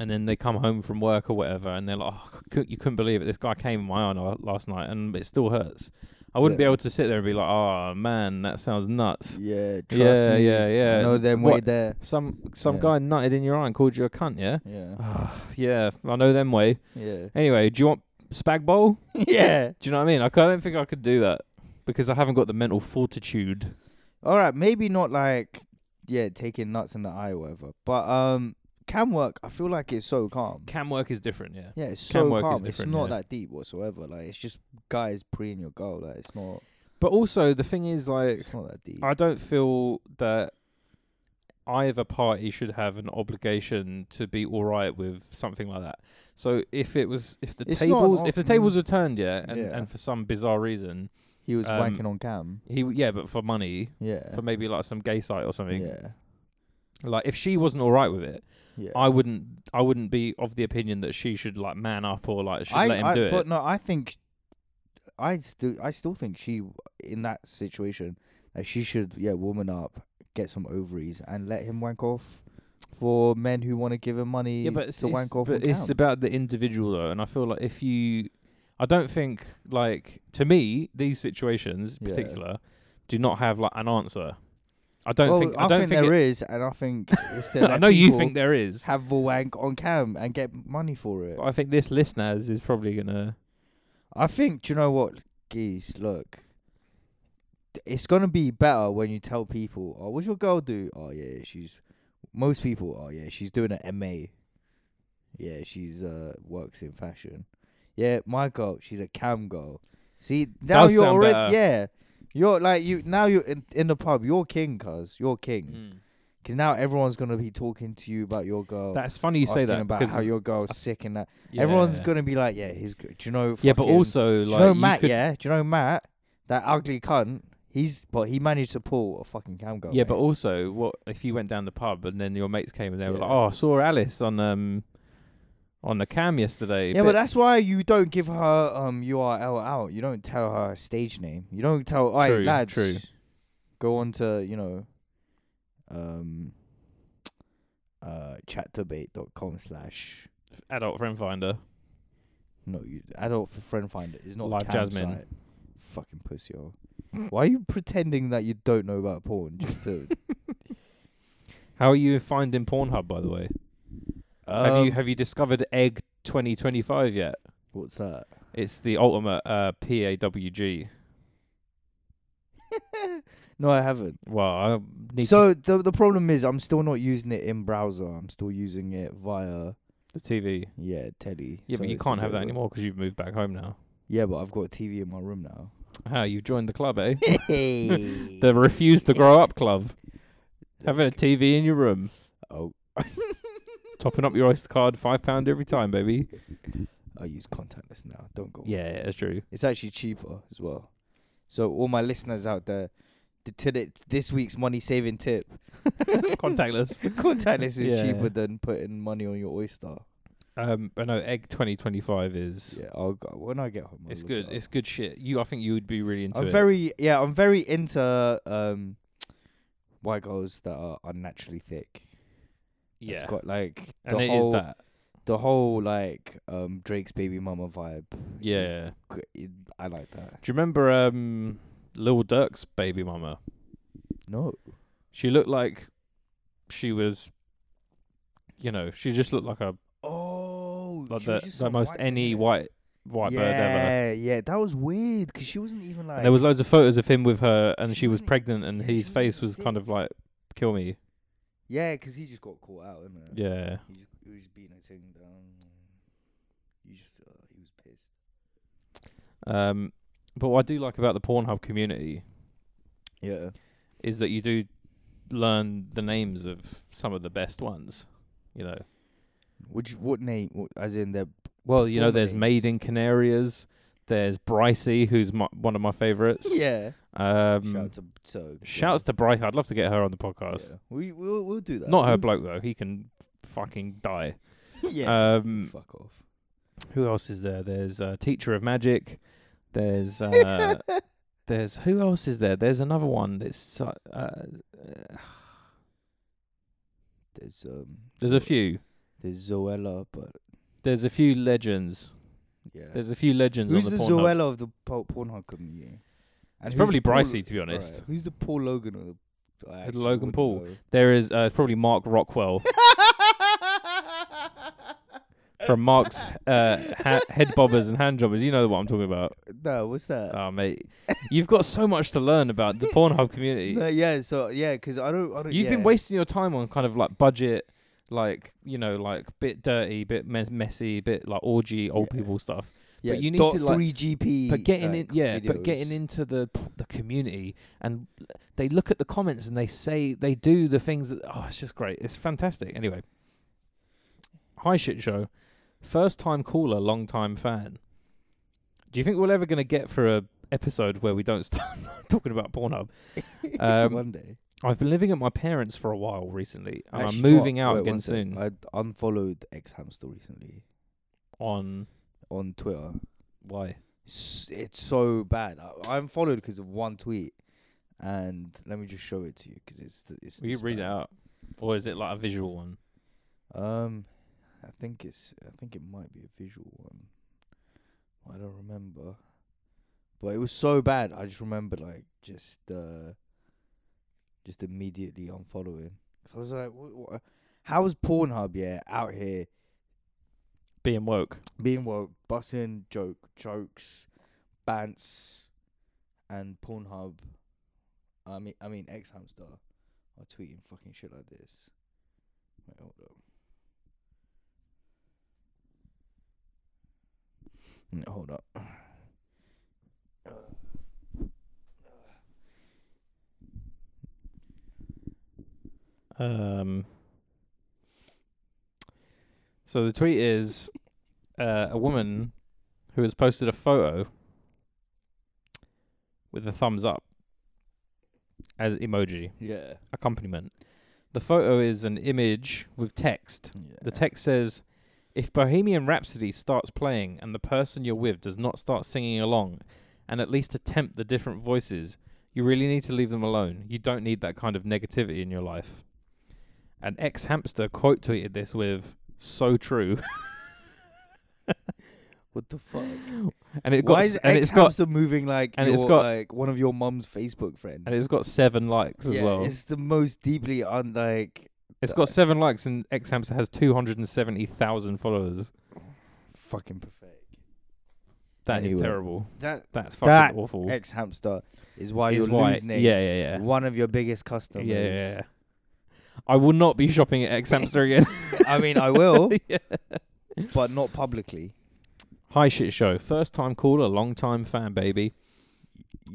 and then they come home from work or whatever, and they're like, oh, cou- you couldn't believe it. This guy came in my eye la- last night, and it still hurts. I wouldn't be
Yeah.
able to sit there and be like, oh man, that sounds nuts.
Yeah. Trust
Yeah,
me.
yeah, yeah.
I know them way
What-
there.
Some some
Yeah.
guy nutted in your eye and called you a cunt. Yeah.
Yeah.
Ah, yeah, I know them way.
Yeah.
Anyway, do you want spag bowl?
yeah.
Do you know what I mean? Like, I don't think I could do that because I haven't got the mental fortitude.
All right, maybe not like yeah, taking nuts in the eye or whatever. But um cam work, I feel like it's so calm.
Cam work is different, yeah.
Yeah, it's
Cam
so
work is
calm. It's
different,
not
yeah.
that deep whatsoever. Like it's just guys preying your girl. Like it's not
But also, the thing is, like,
it's not that deep.
I don't feel that either party should have an obligation to be all right with something like that. So if it was, if the
It's not an
tables,
op-
if the tables were turned, yeah, and,
Yeah.
and for some bizarre reason,
he was
um,
wanking on cam.
he, w- yeah, but for money,
Yeah.
for maybe like some gay site or something,
yeah.
like if she wasn't all right with it,
Yeah.
I wouldn't, I wouldn't be of the opinion that she should like man up or like should
I,
let him
I-
do it.
but no, I think I still I still think she in that situation like she should yeah, woman up, get some ovaries and let him wank off for men who want to give him money
yeah, but it's,
to
it's-
wank off
but
on
it's
cam.
about the individual though, and I feel like if you, I don't think like to me these situations in
Yeah.
particular do not have like an answer. I don't
well,
think
I,
I don't
think,
think,
there
it-
is, and I think it's to
I
let
know you
people
think there is.
have the wank on cam and get money for it.
But I think this listeners is probably gonna.
I think do you know what, geez, look. th- It's gonna be better when you tell people, "Oh, what's your girl do?" Oh yeah, she's. Most people, oh yeah, she's doing an MA. Yeah, she's uh works in fashion. Yeah, my girl, she's a cam girl. See, now
Does
you're
sound
already
better.
yeah, you're like you now you're in, in the pub. You're king, cuz you're king.
Mm.
Because now everyone's gonna be talking to you about your girl.
That's funny you say
asking
that
about
because
how your girl's sick and that.
yeah.
Everyone's gonna be like, yeah, he's. good. Do you know?
Yeah, but
fucking-
also
do you
like
know
you
Matt?
could-
yeah, do you know Matt? That ugly cunt. He's but he managed to pull a fucking cam girl.
Yeah, but
mate.
also, what if you went down the pub and then your mates came and they were like,
Yeah.
"Oh, I saw Alice on um on the cam yesterday."
yeah,
but
but that's why you don't give her um URL out. You don't tell her her stage name. You don't tell. All right,
True,
lads,
true.
go on to you know, um, uh, chatdebate.com slash.
adult friend finder.
No, you adult for friend finder is not
Live
Live Jasmine.
Jasmine.
Fucking pussy hole. Why are you pretending that you don't know about porn just to?
How are you finding Pornhub, by the way? have
Um,
you have you discovered Egg 2025 yet?
What's that?
It's the ultimate uh, PAWG.
No, I haven't.
Well, I need to
So
s-
the the problem is I'm still not using it in browser. I'm still using it via
the TV.
yeah telly.
Yeah,
So
but you
it's a
can't have
bit
that
of a-
anymore because you've moved back home now.
Yeah, but I've got a TV in my room now.
Ah, you've joined the club, eh?
Hey.
the Refuse to Grow Up Club. Having a TV in your room,
oh,
topping up your Oyster card, five pound every time, baby.
I use contactless now. Don't go.
Yeah, that's true.
It's actually cheaper as well. So all my listeners out there, the t- this week's money saving tip:
Contactless.
contactless is
Yeah.
cheaper than putting money on your Oyster.
Um, I know Egg 2025 is
Yeah, I'll go, when I get home. I'll
it's
look
good.
it up.
It's good shit. You, I think you would be really into
I'm
it.
very yeah, I'm very into um white girls that are unnaturally thick. It's
yeah,
got like the
and it is
whole
that.
the whole like um Drake's baby mama vibe. is
Yeah.
g- it- I like that.
Do you remember um Lil Durk's baby mama?
No.
She looked like she was, you know, she just looked like a
Oh,
like
she was
the,
just
the
some
most
white
any
chick.
white white
yeah,
bird ever.
Yeah, that was weird because she wasn't even like
And there was loads of photos of him with her, and
She
she, was
wasn't-
pregnant, and
yeah, she
his
wasn't
face
even
was kind
thick.
of like, "Kill me."
Yeah, because he just got caught out, innit?
Yeah.
He just he was beating a thing down. He just uh, he was pissed.
Um, but what I do like about the Pornhub community
Yeah.
is that you do learn the names of some of the best ones. You know,
Would you, what name? What, as in their
well, you know,
Performer
there's
names.
Made in Canarias, there's Brycey, who's my, one of my favorites.
yeah.
Um,
Shout out to, to
shouts to Brycey. I'd love to get her on the
yeah.
podcast.
We we'll, we'll do that.
Not her
We'll-
bloke though. He can fucking die.
yeah.
Um,
Fuck off.
who else is there? There's uh, Teacher of Magic. There's uh, there's who else is there? There's another one that's uh, uh,
There's um.
there's a
Zo-
few.
There's Zoella, but
There's a few legends.
yeah.
There's a few legends
who's
on
the
the, Pornhub.
Zoella of the po- Pornhub community? And who's
It's probably
the Paul-
Brycey, to be honest.
Alright, Who's the Paul Logan of the? I actually
Logan
wouldn't
Paul.
know.
There is uh, it's probably Mark Rockwell from Mark's uh, ha- head bobbers and hand jobbers. You know what I'm talking about.
No, what's that?
Oh mate, you've got so much to learn about the Pornhub community.
no, yeah. So yeah, because I don't. I don't
You've been
yeah.
wasting your time on kind of like budget, like you know, like bit dirty, bit me- messy, bit like orgy, old
Yeah.
people stuff.
Yeah,
you need
dot
to, like-
three GP.
But getting in,
like,
yeah, but getting
uh, videos.
into the p- the community and they look at the comments and they say they do the things that oh, it's just great, it's fantastic. Anyway, hi shit show, first time caller, long time fan. Do you think we're ever gonna get for a episode where we don't start talking about Pornhub? Um,
one day.
I've been living at my parents for a while recently, and
Actually,
I'm
do you know
moving
what?
out
Wait,
again
one sec.
soon.
I d- unfollowed X Hamster recently
on
on Twitter.
why?
S- It's so bad. I, I unfollowed because of one tweet, and let me just show it to you because it's th- it's.
Will you
this
read it
bad.
out, or is it like a visual one?
Um, I think it's. I think it might be a visual one. I don't remember, but it was so bad. I just remember like just uh, just immediately unfollowing. Cause I was like, what, what? how is Pornhub yeah out here
Being woke.
being woke, busting joke jokes, bants, and Pornhub. I mean, I mean, ex hamster are tweeting fucking shit like this. Wait, hold up. Mm, hold up.
Um, so the tweet is uh, a woman who has posted a photo with a thumbs up as emoji
Yeah.
accompaniment. The photo is an image with text
yeah.
The text says, "If Bohemian Rhapsody starts playing and the person you're with does not start singing along, and at least attempt the different voices, you really need to leave them alone. You don't need that kind of negativity in your life." An ex hamster quote tweeted this with, "So true,"
What the fuck?
and it got
Why
s-
is
and
ex
it's got
hamster moving like
and
your,
it's got-
like one of your mum's Facebook friends?
and it's got seven likes as
yeah,
well.
It's the most deeply unlike.
it's got seven likes, and ex hamster has two hundred and seventy thousand followers.
Fucking pathetic.
That is
Anyway.
terrible.
That
That's fucking
That
awful.
ex hamster is why
Is
you're
why-
losing it.
yeah, yeah, yeah.
One of your biggest customers.
Yeah, I will not be shopping at X Hamster again.
I mean, I will, but not publicly.
Hi, shit show. First time caller, long time fan, baby.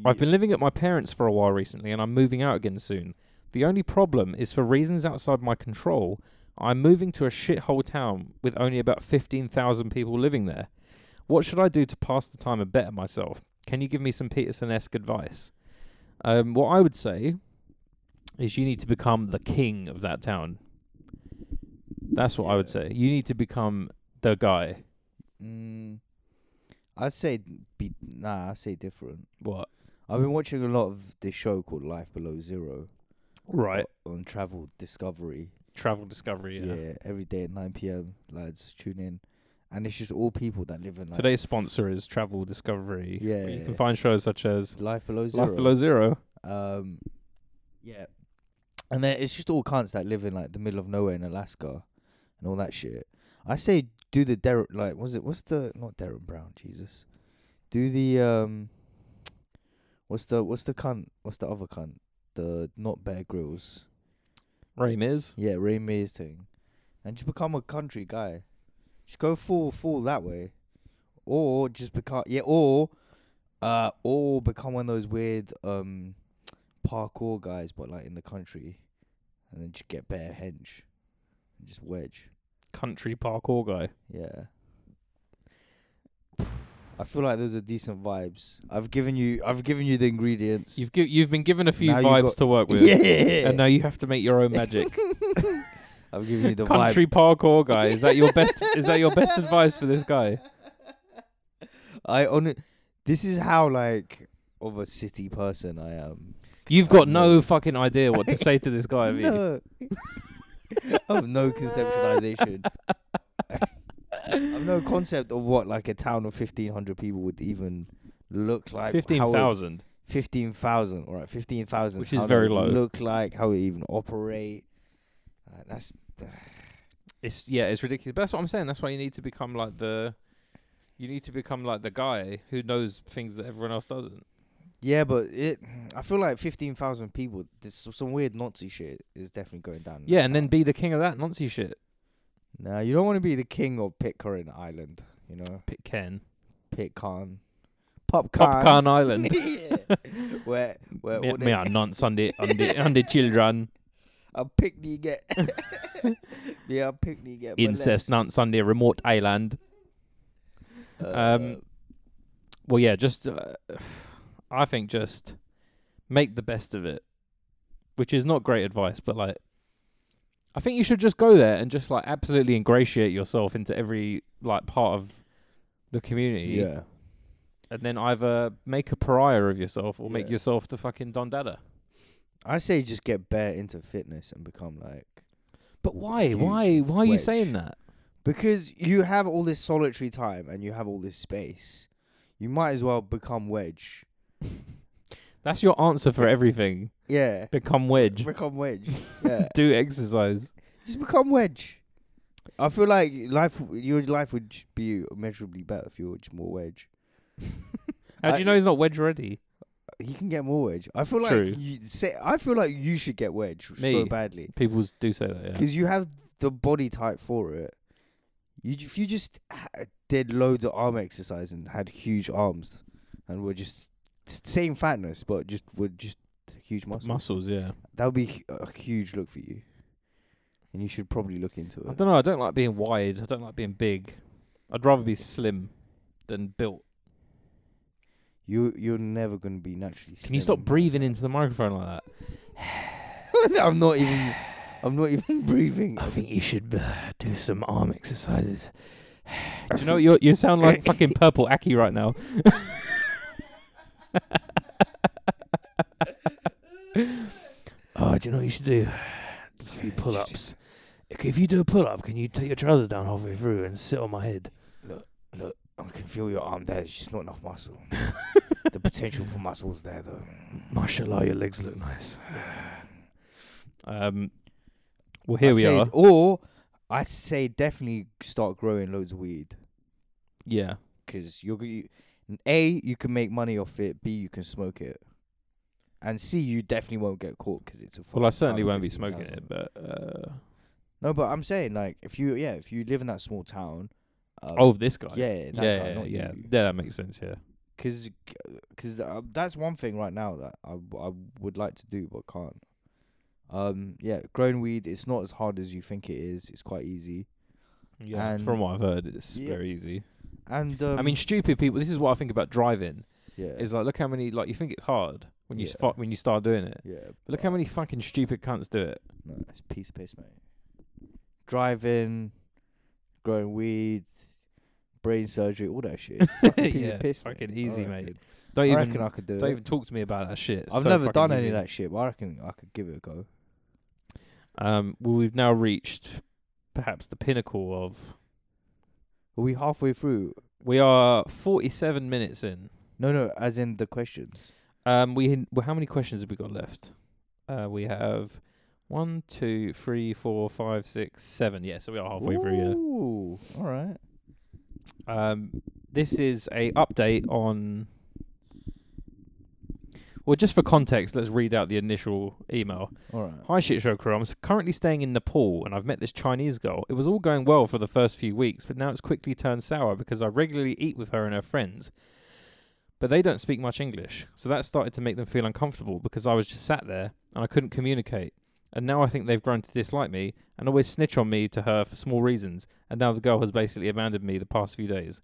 I've been living at my parents for a while recently, and I'm moving out again soon. The only problem is, for reasons outside my control, I'm moving to a shithole town with only about 15,000 people living there. What should I do to pass the time and better myself? Can you give me some Peterson esque advice? Um, what I would say is you need to become the king of that town. That's what I would
Yeah.
say. You need to become the guy.
Mm, I'd say be nah. I say different.
What?
I've been watching a lot of this show called Life Below Zero
Right.
o- on Travel Discovery.
Travel discovery.
Yeah.
Yeah.
every day at nine p.m. Lads, tune in, and it's just all people that live in like
Today's sponsor is Travel Discovery.
Yeah,
where you
yeah,
can
yeah.
find shows such as
Life Below Zero.
Life Below Zero.
Um, yeah, and then it's just all cunts that live in like the middle of nowhere in Alaska and all that shit. I say do the Derek like was it what's the not Derek Brown Jesus, do the um, what's the what's the cunt what's the other cunt the not Bear Grylls
Ray Miz.
yeah Ray Mears thing, and just become a country guy, just go full full that way, or just become yeah or uh or become one of those weird um parkour guys but like in the country, and then just get bare hench, and just wedge
Country parkour guy.
yeah. I feel like those are decent vibes. I've given you I've given you the ingredients.
You've gi- you've been given a few
Now you've
vibes
got-
to work with,
yeah.
and now you have to make your own magic.
I'm giving you the
Country parkour guy. Is that your best? is that your best advice for this guy?
vibe. I on This is how like of a city person I am.
You've
Oh,
got
no.
no fucking idea what to say to this guy. have you?
no. I have no conceptualization. I've no concept of what like a town of fifteen hundred people would even look like. how it-
Fifteen thousand.
15,000, all right, 15,000.
Which is
how they
very low.
Look like, how it even operate. Uh, that's
It's yeah, it's ridiculous. But that's what I'm saying. That's why you need to become like the. You need to become like the guy who knows things that everyone else doesn't.
Yeah, but it. I feel like fifteen thousand people. There's s- some weird Nazi shit is definitely going down. in that
Yeah, and then
town.
be the king of that Nazi shit.
Nah, you don't want to be the king of Pitcairn Island. You know,
Pick Ken.
Pitcairn, Popcorn,
Popcorn Island.
yeah. Where where
me,
all
me
the,
are nuns on the on the on the children.
a picnic get. yeah, a picnic get
Incest nuns on the remote island.
molested.
Um, Well, yeah, just uh, I think just make the best of it, which is not great advice, but like I think you should just go there and just like absolutely ingratiate yourself into every like part of the community,
yeah.
and then either make a pariah of yourself or make
Yeah.
yourself the fucking Don Dada.
I say just get bare into fitness and become like
But why?
Huge
Why? Why are you
wedge.
saying that?
Because you have all this solitary time and you have all this space, you might as well become wedge.
That's your answer for everything.
Yeah,
Become wedge.
become wedge. Yeah,
Do exercise.
just become wedge. I feel like life, your life would j- be immeasurably better if you were just more wedge.
How do you
I-
know he's not wedge ready?
He can get more wedge. I feel
True.
like you say. I feel like you should get wedge
Me.
so badly
People s- do say that. Yeah.
because you have the body type for it. You j- if you just ha- did loads of arm exercise and had huge arms, and were just s- same fatness but just were just huge muscles.
Muscles. Yeah.
that would be hu- a huge look for you, and you should probably look into
I
it.
don't know. I don't like being wide. I don't like being big. I'd rather be slim than built.
You you're never gonna be naturally.
Can you stop breathing into the microphone like that?
I'm not even. I'm not even breathing.
think you should uh, do some arm exercises. do you know what you you sound like fucking purple Aki right now? oh, do you know what you should do? A few pull-ups. If you do a pull-up, can you take your trousers down halfway through and sit on my head?
I can feel your arm there. It's just not enough muscle. the potential for muscles there though.
Mashallah, your legs look nice. Um, well, here
I
we
say-
are.
Or I say definitely start growing loads of weed
Yeah,
because you're gonna. You, a you can make money off it. B you can smoke it. And C, you definitely won't get caught 'cause it's a.
well, I
fucking
certainly
under
won't be
15,000.
smoking it, but uh,
No, but I'm saying like if you yeah if you live in that small town. Um,
oh, this guy.
yeah, that
yeah,
guy,
yeah,
not
yeah.
you.
Yeah, that makes sense. Yeah,
Cause, cause uh, that's one thing right now that I w- I would like to do but can't. Um, yeah, growing weed. It's not as hard as you think it is. It's quite easy.
yeah.
And-
from what I've heard, it's
Yeah.
very easy.
And um,
I mean, stupid people. This is what I think about driving.
yeah,
Is like, look how many like you think it's hard when you
Yeah.
start when you start doing it.
yeah.
But look how many fucking stupid cunts do it.
No, it's piece of piss, mate. Driving, growing weed, brain surgery, all that shit. It's fucking piece
Yeah,
of piss,
fucking
mate.
easy,
I
mate.
reckon-
Don't
I
even
reckon I could do
don't
it.
even talk to me about that shit. It's
I've
so
never
fucking
done
easy.
any of that shit, but I reckon I could give it a go.
Um, well, we've now reached perhaps the pinnacle of.
Are we halfway through?
We are 47 minutes in.
No, no, as in the questions.
Um, we hin- well, how many questions have we got left? Uh, we have one, two, three, four, five, six, seven. Yeah, so we are halfway through.
Ooh, all right.
Yeah. Um, this is a update on. Well, just for context, let's read out the initial email.
All right.
Hi, shit show crew. I'm s- currently staying in Nepal, and I've met this Chinese girl. It was all going well for the first few weeks, but now it's quickly turned sour because I regularly eat with her and her friends, but they don't speak much English, so that started to make them feel uncomfortable because I was just sat there and I couldn't communicate. And now I think they've grown to dislike me and always snitch on me to her for small reasons. And now the girl has basically abandoned me the past few days.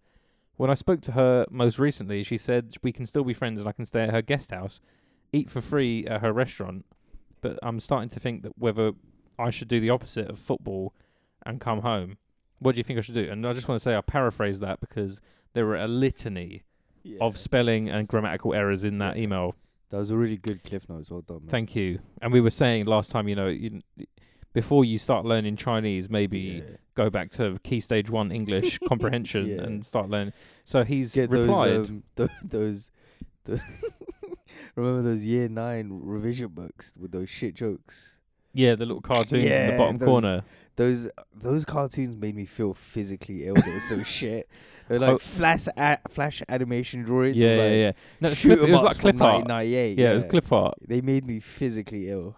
When I spoke to her most recently, she said we can still be friends and I can stay at her guest house, eat for free at her restaurant, but I'm starting to think that whether I should do the opposite of football and come home. What do you think I should do? And I just want to say I paraphrase that because there were a litany
Yeah.
of spelling and grammatical errors in that email.
that was a really good cliff notes. Well done. Man.
Thank you. And we were saying last time, you know, you, before you start learning Chinese, maybe
Yeah.
go back to key stage one English comprehension
Yeah.
and start learning. So he's
Get
replied.
those um, tho- those. tho- Remember those year nine revision books with those shit jokes?
yeah, the little cartoons in the
Yeah,
bottom
those-
corner.
Those those cartoons made me feel physically ill. They were so shit. They're like
Oh.
flash a- flash animation drawings.
Yeah,
of
yeah,
like
yeah. No, it's
shoot
clip, it
'em
was
ups
like
from
clip art.
1998,
Yeah, it was clip art.
They made me physically ill.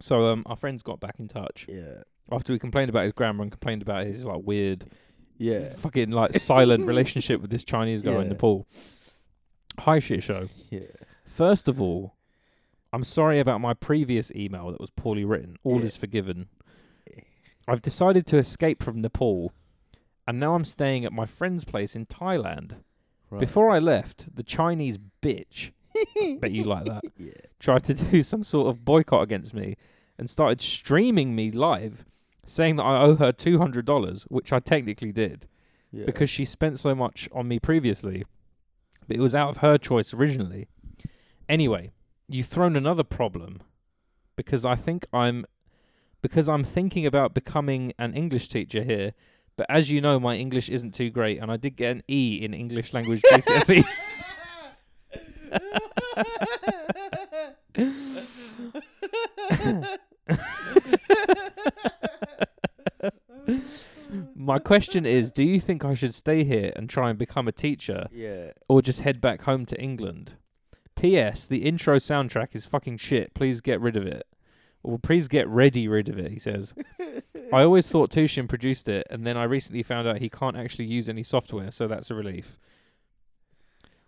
So um, our friends got back in touch
Yeah,
after we complained about his grammar and complained about his like weird,
yeah,
fucking like silent relationship with this Chinese guy in
Yeah.
Nepal. Hi, shit show.
yeah.
First of all, I'm sorry about my previous email that was poorly written. All
Yeah.
is forgiven. I've decided to escape from Nepal, and now I'm staying at my friend's place in Thailand.
Right.
Before I left, the Chinese bitch, bet you like that,
yeah,
tried to do some sort of boycott against me and started streaming me live, saying that I owe her $200, which I technically did
yeah.
because she spent so much on me previously, but it was out of her choice originally. Anyway, you've thrown another problem because I think I'm because I'm thinking about becoming an English teacher here. But as you know, my English isn't too great, and I did get an E in English language GCSE. My question is, do you think I should stay here and try and become a teacher?
yeah.
or just head back home to England. P.S. The intro soundtrack is fucking shit. Please get rid of it. Or please get ready rid of it, he says. I always thought Tushin produced it, and then I recently found out he can't actually use any software, so that's a relief.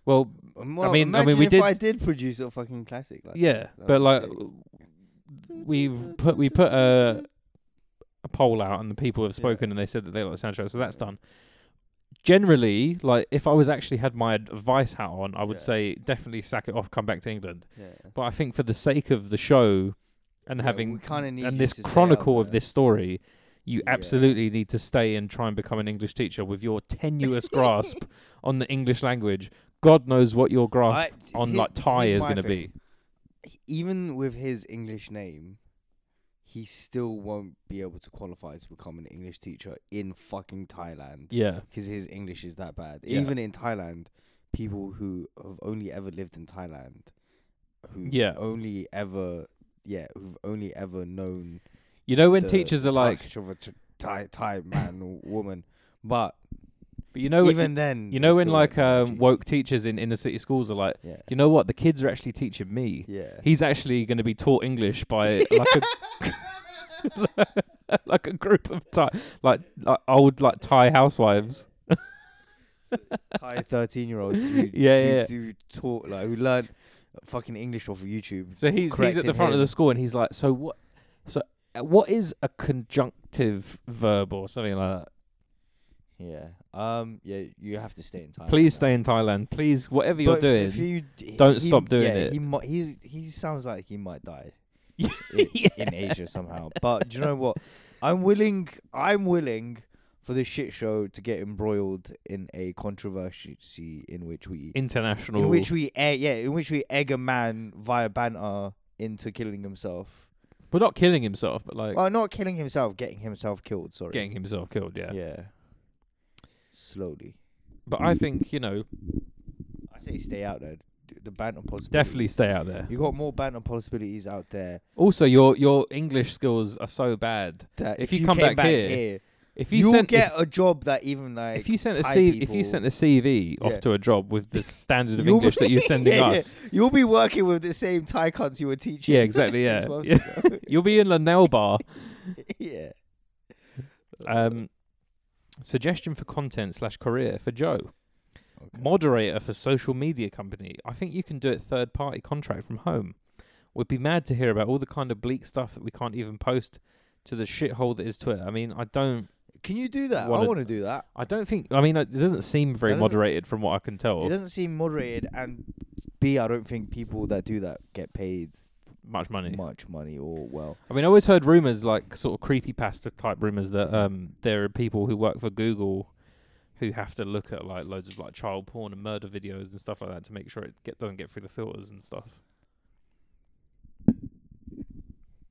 Well,
Well,
I mean, I
imagine
mean, we
if
did-
I did produce a fucking classic. Like
yeah,
That'd
but
be
like
sick.
we've put we put a a poll out, and the people have spoken, and they said that they like the soundtrack, so that's done. Generally, like if I was actually had my advice hat on, I would
Yeah.
say definitely sack it off, come back to England.
that. Yeah.
But I think for the sake of the show and
Yeah, we
having
kinda need
and
you
this
to stay out
chronicle of
there.
this story, you
Yeah.
absolutely need to stay and try and become an English teacher with your tenuous grasp on the English language. God knows what your grasp
I-
on
here-
like Thai
here's
is
my
going to
thing.
be.
Even with his English name, he still won't be able to qualify to become an English teacher in fucking Thailand
Yeah,
because his English is that bad.
Yeah.
Even in Thailand, people who have only ever lived in Thailand, who
Yeah.
only ever yeah, who've only ever known
you know when
the
teachers are like,
touch of a t- Thai Thai man or woman, but
but you know
even then,
you know
it's
when
still
like
not
um,
PG.
woke teachers in inner city schools are like,
yeah,
you know what, the kids are actually teaching me.
yeah,
He's actually going to be taught English by like a like a group of Thai, like, like old like Thai housewives.
Thai thirteen-year-olds who,
Yeah,
who,
yeah.
who taught like who learned fucking English off of YouTube.
So he's he's at
correcting
the front of
him.
the school and he's like, so what? So uh, what is a conjunctive verb or something like that?
Yeah, um, yeah, you have to stay in Thailand.
Please
now.
stay in Thailand. Please, whatever you're
But
doing.
if you d-
don't stop doing
yeah,
it.
He might, he's he sounds like he might die
Yeah.
i- in Asia somehow. But do you know what? I'm willing. I'm willing for this shit show to get embroiled in a controversy in which we
international.
in which we egg, yeah in which we egg a man via banter into killing himself.
Well, not killing himself, but like
Well, not killing himself, getting himself killed. Sorry.
getting himself killed. Yeah.
yeah. Slowly.
But I think you know
I say stay out there. D- The banter possibilities.
definitely stay out there.
You got more banter possibilities out there.
Also, your your English skills are so bad.
That
If
if,
you come
came
back here, If you
you will
sent if-
get a job that even like
if you sent a
Thai
C, if you
people-
sent a CV off
Yeah.
to a job with the standard of
You'll
English that you're
be-
sending
yeah, yeah.
us,
you'll be working with the same Thai cunts you were teaching.
Yeah, exactly,
six
yeah.
months
Yeah.
ago.
you'll be in the nail bar.
yeah.
Um, suggestion for content slash career for Joe. Moderator for social media company. I think you can do it third party contract from home. Would be mad to hear about all the kind of bleak stuff that we can't even post to the shithole that is Twitter. I mean, I don't,
Can you do that?
Wanna-
I want to do that.
I don't think. I mean, it doesn't seem very
That doesn't-
moderated from what I can
It
tell.
doesn't seem moderated, and B, I don't think people that do that get paid
much money.
much money or well
I mean, I always heard rumors, like sort of creepy pasta type rumors, that um, there are people who work for Google who have to look at like loads of like child porn and murder videos and stuff like that to make sure it get, doesn't get through the filters and stuff.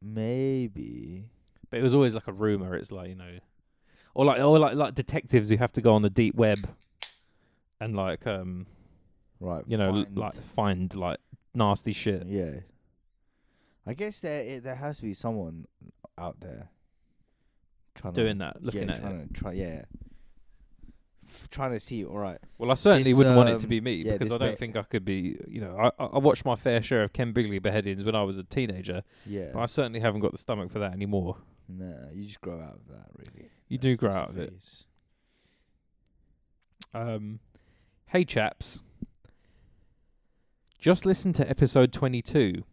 maybe
But it was always like a rumor. It's like you know, or like or like like detectives who have to go on the deep web and like um
right
you know l
find- Mm.
like find like nasty shit.
yeah i guess there it, there has to be someone out there trying
Doing
to
that, looking
yeah,
at
trying
it.
to try yeah F- trying to see all right
Well, I certainly
This,
wouldn't want it to
um,
be me
yeah,
because
this
I don't
bit-
think I could be. You know, I, I I watched my fair share of Ken Bigley beheadings when I was a teenager,
yeah
But I certainly haven't got the stomach for that anymore.
nah you just grow out of that really
You
That's
do grow
just a
out of it.
phase.
Um, hey, chaps. Just listen to episode 22.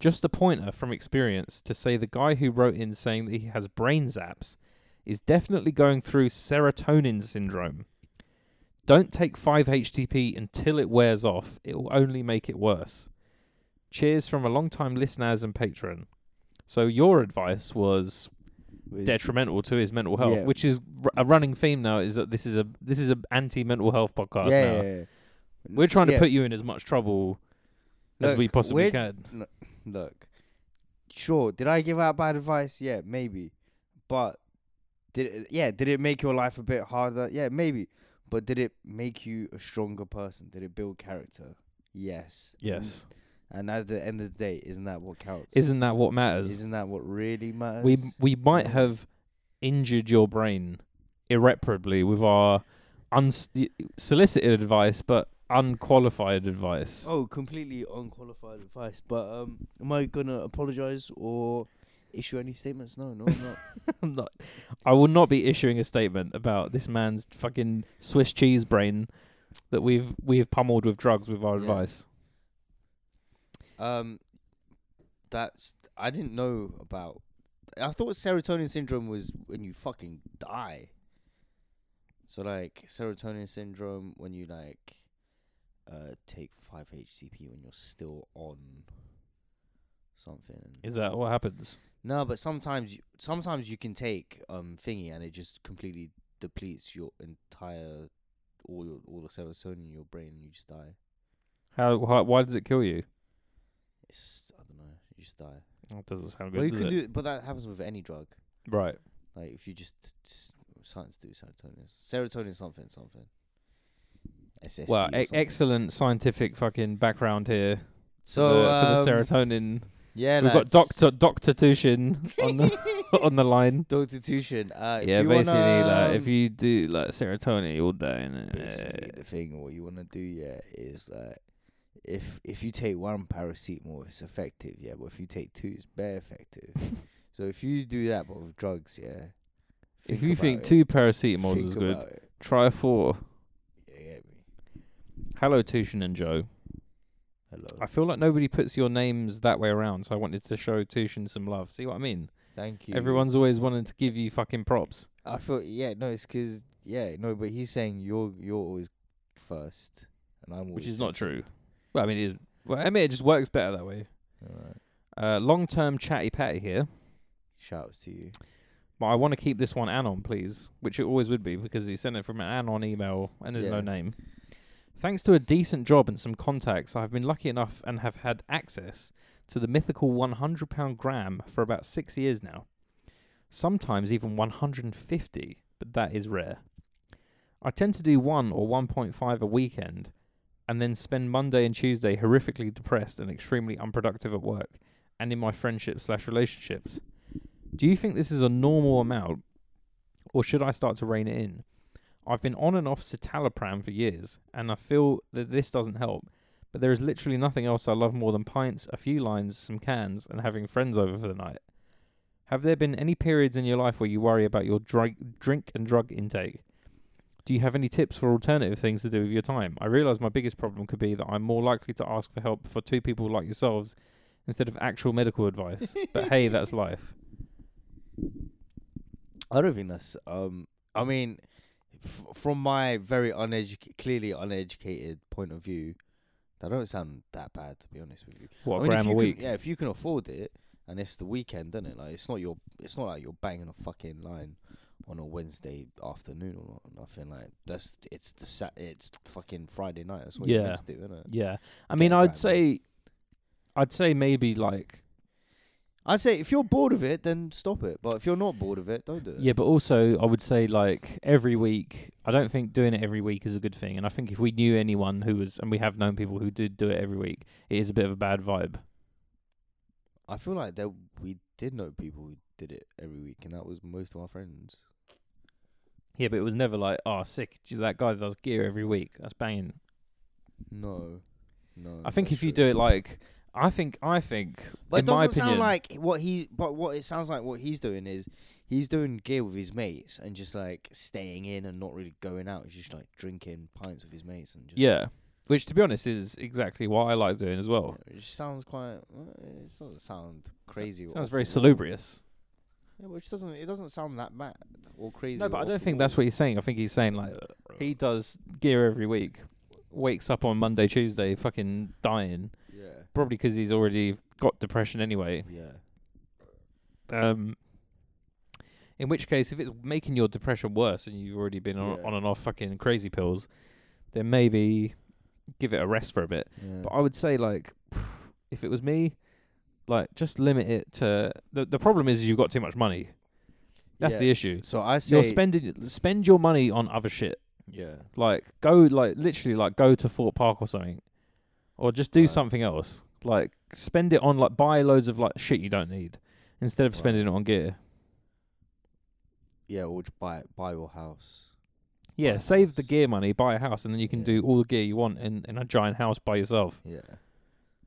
Just a pointer from experience to say the guy who wrote in saying that he has brain zaps is definitely going through serotonin syndrome. Don't take 5-HTP until it wears off. It will only make it worse. Cheers from a long-time listeners and patron. So your advice was
With-
detrimental to his mental health,
Yeah.
which is r- a running theme now. Is that this is a this is a anti mental health podcast
yeah,
now.
yeah, yeah.
We're trying to
Yeah.
put you in as much trouble as
Look,
we
we're-
possibly can.
look, sure, did I give out bad advice? Yeah, maybe. But did it, yeah, did it make your life a bit harder? Yeah, maybe. But did it make you a stronger person? Did it build character? Yes.
Yes,
Mm. And at the end of the day, isn't that what counts?
isn't that what matters?
Isn't that what really matters?
we we might
Yeah.
have injured your brain irreparably with our unsolicited advice, but unqualified advice.
oh, completely unqualified advice. But um, am I gonna apologize or issue any statements? No, no, I'm not.
I'm not, I will not be issuing a statement about this man's fucking Swiss cheese brain that we've we've pummeled with drugs with our
Yeah.
advice.
Um, that's I didn't know about. I thought serotonin syndrome was when you fucking die. So like serotonin syndrome when you like, uh, take five HCP when you're still on something.
Is that what happens?
No, but sometimes you, sometimes you can take um thingy and it just completely depletes your entire all your all the serotonin in your brain and you just die.
How, how why does it kill you?
It's I don't know, you just die.
That doesn't sound good.
Well, you
does
can
it?
do, it, but that happens with any drug.
right.
Like if you just just science do serotonin, serotonin something something. SSD
Well,
or
e-
something.
excellent scientific fucking background here.
So
for the, for the
um,
serotonin,
Yeah,
we've
lads.
got Doctor Doctor Tushin on the on the line.
Doctor Tushin. Uh, if
yeah,
you
basically,
wanna, um,
like if you do like serotonin, you'll die. innit? Uh,
basically the thing what you want to do yeah is like if if you take one paracetamol it's effective yeah, but if you take two it's bare effective. so if you do that but with drugs yeah.
if you
about
think
it.
two paracetamols
Think
is good,
about it.
try four.
Yeah, get me.
Hello, Tushin and Joe.
Hello.
I feel like nobody puts your names that way around, so I wanted to show Tushin some love. See what I mean?
Thank you.
Everyone's always wanting to give you fucking props.
I feel yeah, no, it's 'cause yeah, no, but he's saying you're you're always first, and I'm always
which is not true. Well, I mean, it is. Well, I mean, it just works better that way.
Alright.
Uh, long-term chatty patty here,
Shouts to you.
but I want to keep this one anon, please, which it always would be because he sent it from an anon email and there's no
Yeah.
name. Thanks to a decent job and some contacts, I've been lucky enough and have had access to the mythical 100 pound gram for about six years now. Sometimes even 150, but that is rare. I tend to do one or 1.5 a weekend and then spend Monday and Tuesday horrifically depressed and extremely unproductive at work and in my friendships slash relationships. Do you think this is a normal amount or should I start to rein it in? I've been on and off citalopram for years, and I feel that this doesn't help. But there is literally nothing else I love more than pints, a few lines, some cans, and having friends over for the night. Have there been any periods in your life where you worry about your drink, drink and drug intake? Do you have any tips for alternative things to do with your time? I realize my biggest problem could be that I'm more likely to ask for help for two people like yourselves instead of actual medical advice. but hey, that's life.
I don't think that's um. I mean, f- from my very uneducated, clearly uneducated point of view, That don't sound that bad, to be honest with you.
What
I
a
mean, if
gram a
you can-
week?
yeah, if you can afford it, and it's the weekend, isn't it? Like it's not your, it's not like you're banging a fucking line on a Wednesday afternoon or not- nothing. Like that's it's the sat, it's fucking Friday night. That's what
Yeah.
you kids do, isn't it?
Yeah, I
Get
mean,
a gram
I'd
a
say, I'd say maybe like
I'd say if you're bored of it, then stop it. But if you're not bored of it, don't do it.
yeah, but also I would say like every week. I don't think doing it every week is a good thing, and I think if we knew anyone who was, and we have known people who did do it every week, it is a bit of a bad vibe.
I feel like there we did know people who did it every week, and that was most of our friends.
Yeah, but it was never like, oh, sick. gee, That guy does gear every week. That's banging.
No, no.
I think
that's
if you do
true.
it like, I think, I think,
But
in
it
my
doesn't
opinion,
sound like what he. But what it sounds like what he's doing is he's doing gear with his mates and just like staying in and not really going out. He's just like drinking pints with his mates and just
yeah. Which, to be honest, is exactly what I like doing as well.
It just sounds quite. well, It doesn't sound crazy. or
Sounds very
awful.
salubrious.
Yeah, which doesn't. It doesn't sound that bad or crazy.
No,
or
but I
awful
don't think
or-
that's what he's saying. I think he's saying like he does gear every week, wakes up on Monday, Tuesday, fucking dying,
Yeah.
probably because he's already got depression anyway.
Yeah.
Um, in which case, if it's making your depression worse and you've already been on,
Yeah.
on and off fucking crazy pills, then maybe give it a rest for a bit.
yeah.
But I would say like, if it was me, like just limit it to the the problem is you've got too much money. That's
Yeah.
the issue.
So I say.
You're spending spend your money on other shit.
Yeah.
Like go like literally like go to Fort Park or something, or just do
Right.
something else. Like spend it on like buy loads of like shit you don't need instead of
Right.
spending it on gear.
Yeah. Or just buy buy your house.
Yeah,
Buy a
save the
house.
gear money, buy a house, and then you can
Yeah.
do all the gear you want in, in a giant house by yourself.
Yeah,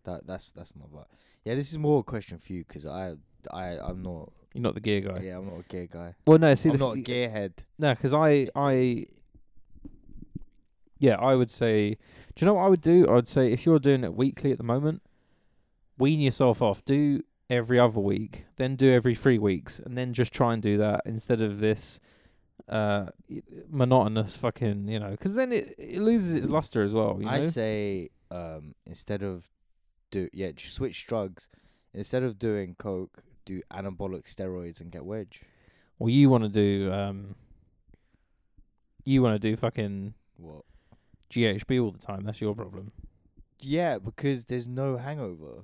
that that's that's not right. Yeah, this is more a question for you 'cause I I I'm not.
You're not the gear guy.
Yeah, I'm not a gear guy.
Well, no, see,
I'm
the
not a
f-
gearhead.
no, because I I yeah, I would say. Do you know what I would do? I would say if you're doing it weekly at the moment, wean yourself off. Do every other week, then do every three weeks, and then just try and do that instead of this uh y- monotonous fucking you know because then it, it loses its luster as well you know
I say um instead of do yeah j- switch drugs instead of doing coke do anabolic steroids and get wedge.
well you want to do um you want to do fucking
What?
ghb all the time that's your problem
Yeah, because there's no hangover.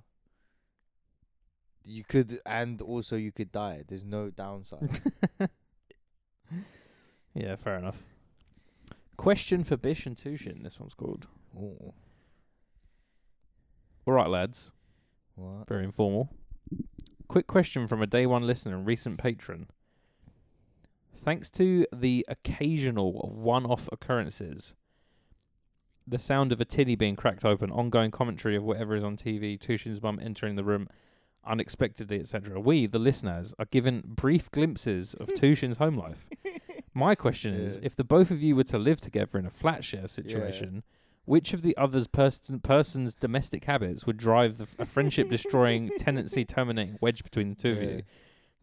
You could and also you could die. There's no downside.
yeah fair enough question for bish and tushin this one's called
Ooh,
All right, lads.
what?
Very informal. Quick question from a day one listener and recent patron. Thanks to the occasional one off occurrences, the sound of a tinny being cracked open, ongoing commentary of whatever is on TV, Tushin's mum entering the room unexpectedly, etc. We, the listeners, are given brief glimpses of Tushin's home life. My question is
Yeah.
if the both of you were to live together in a flat share situation, which of the other's person, person's domestic habits would drive the, f- a friendship destroying, tenancy terminating wedge between the two of
Yeah.
you?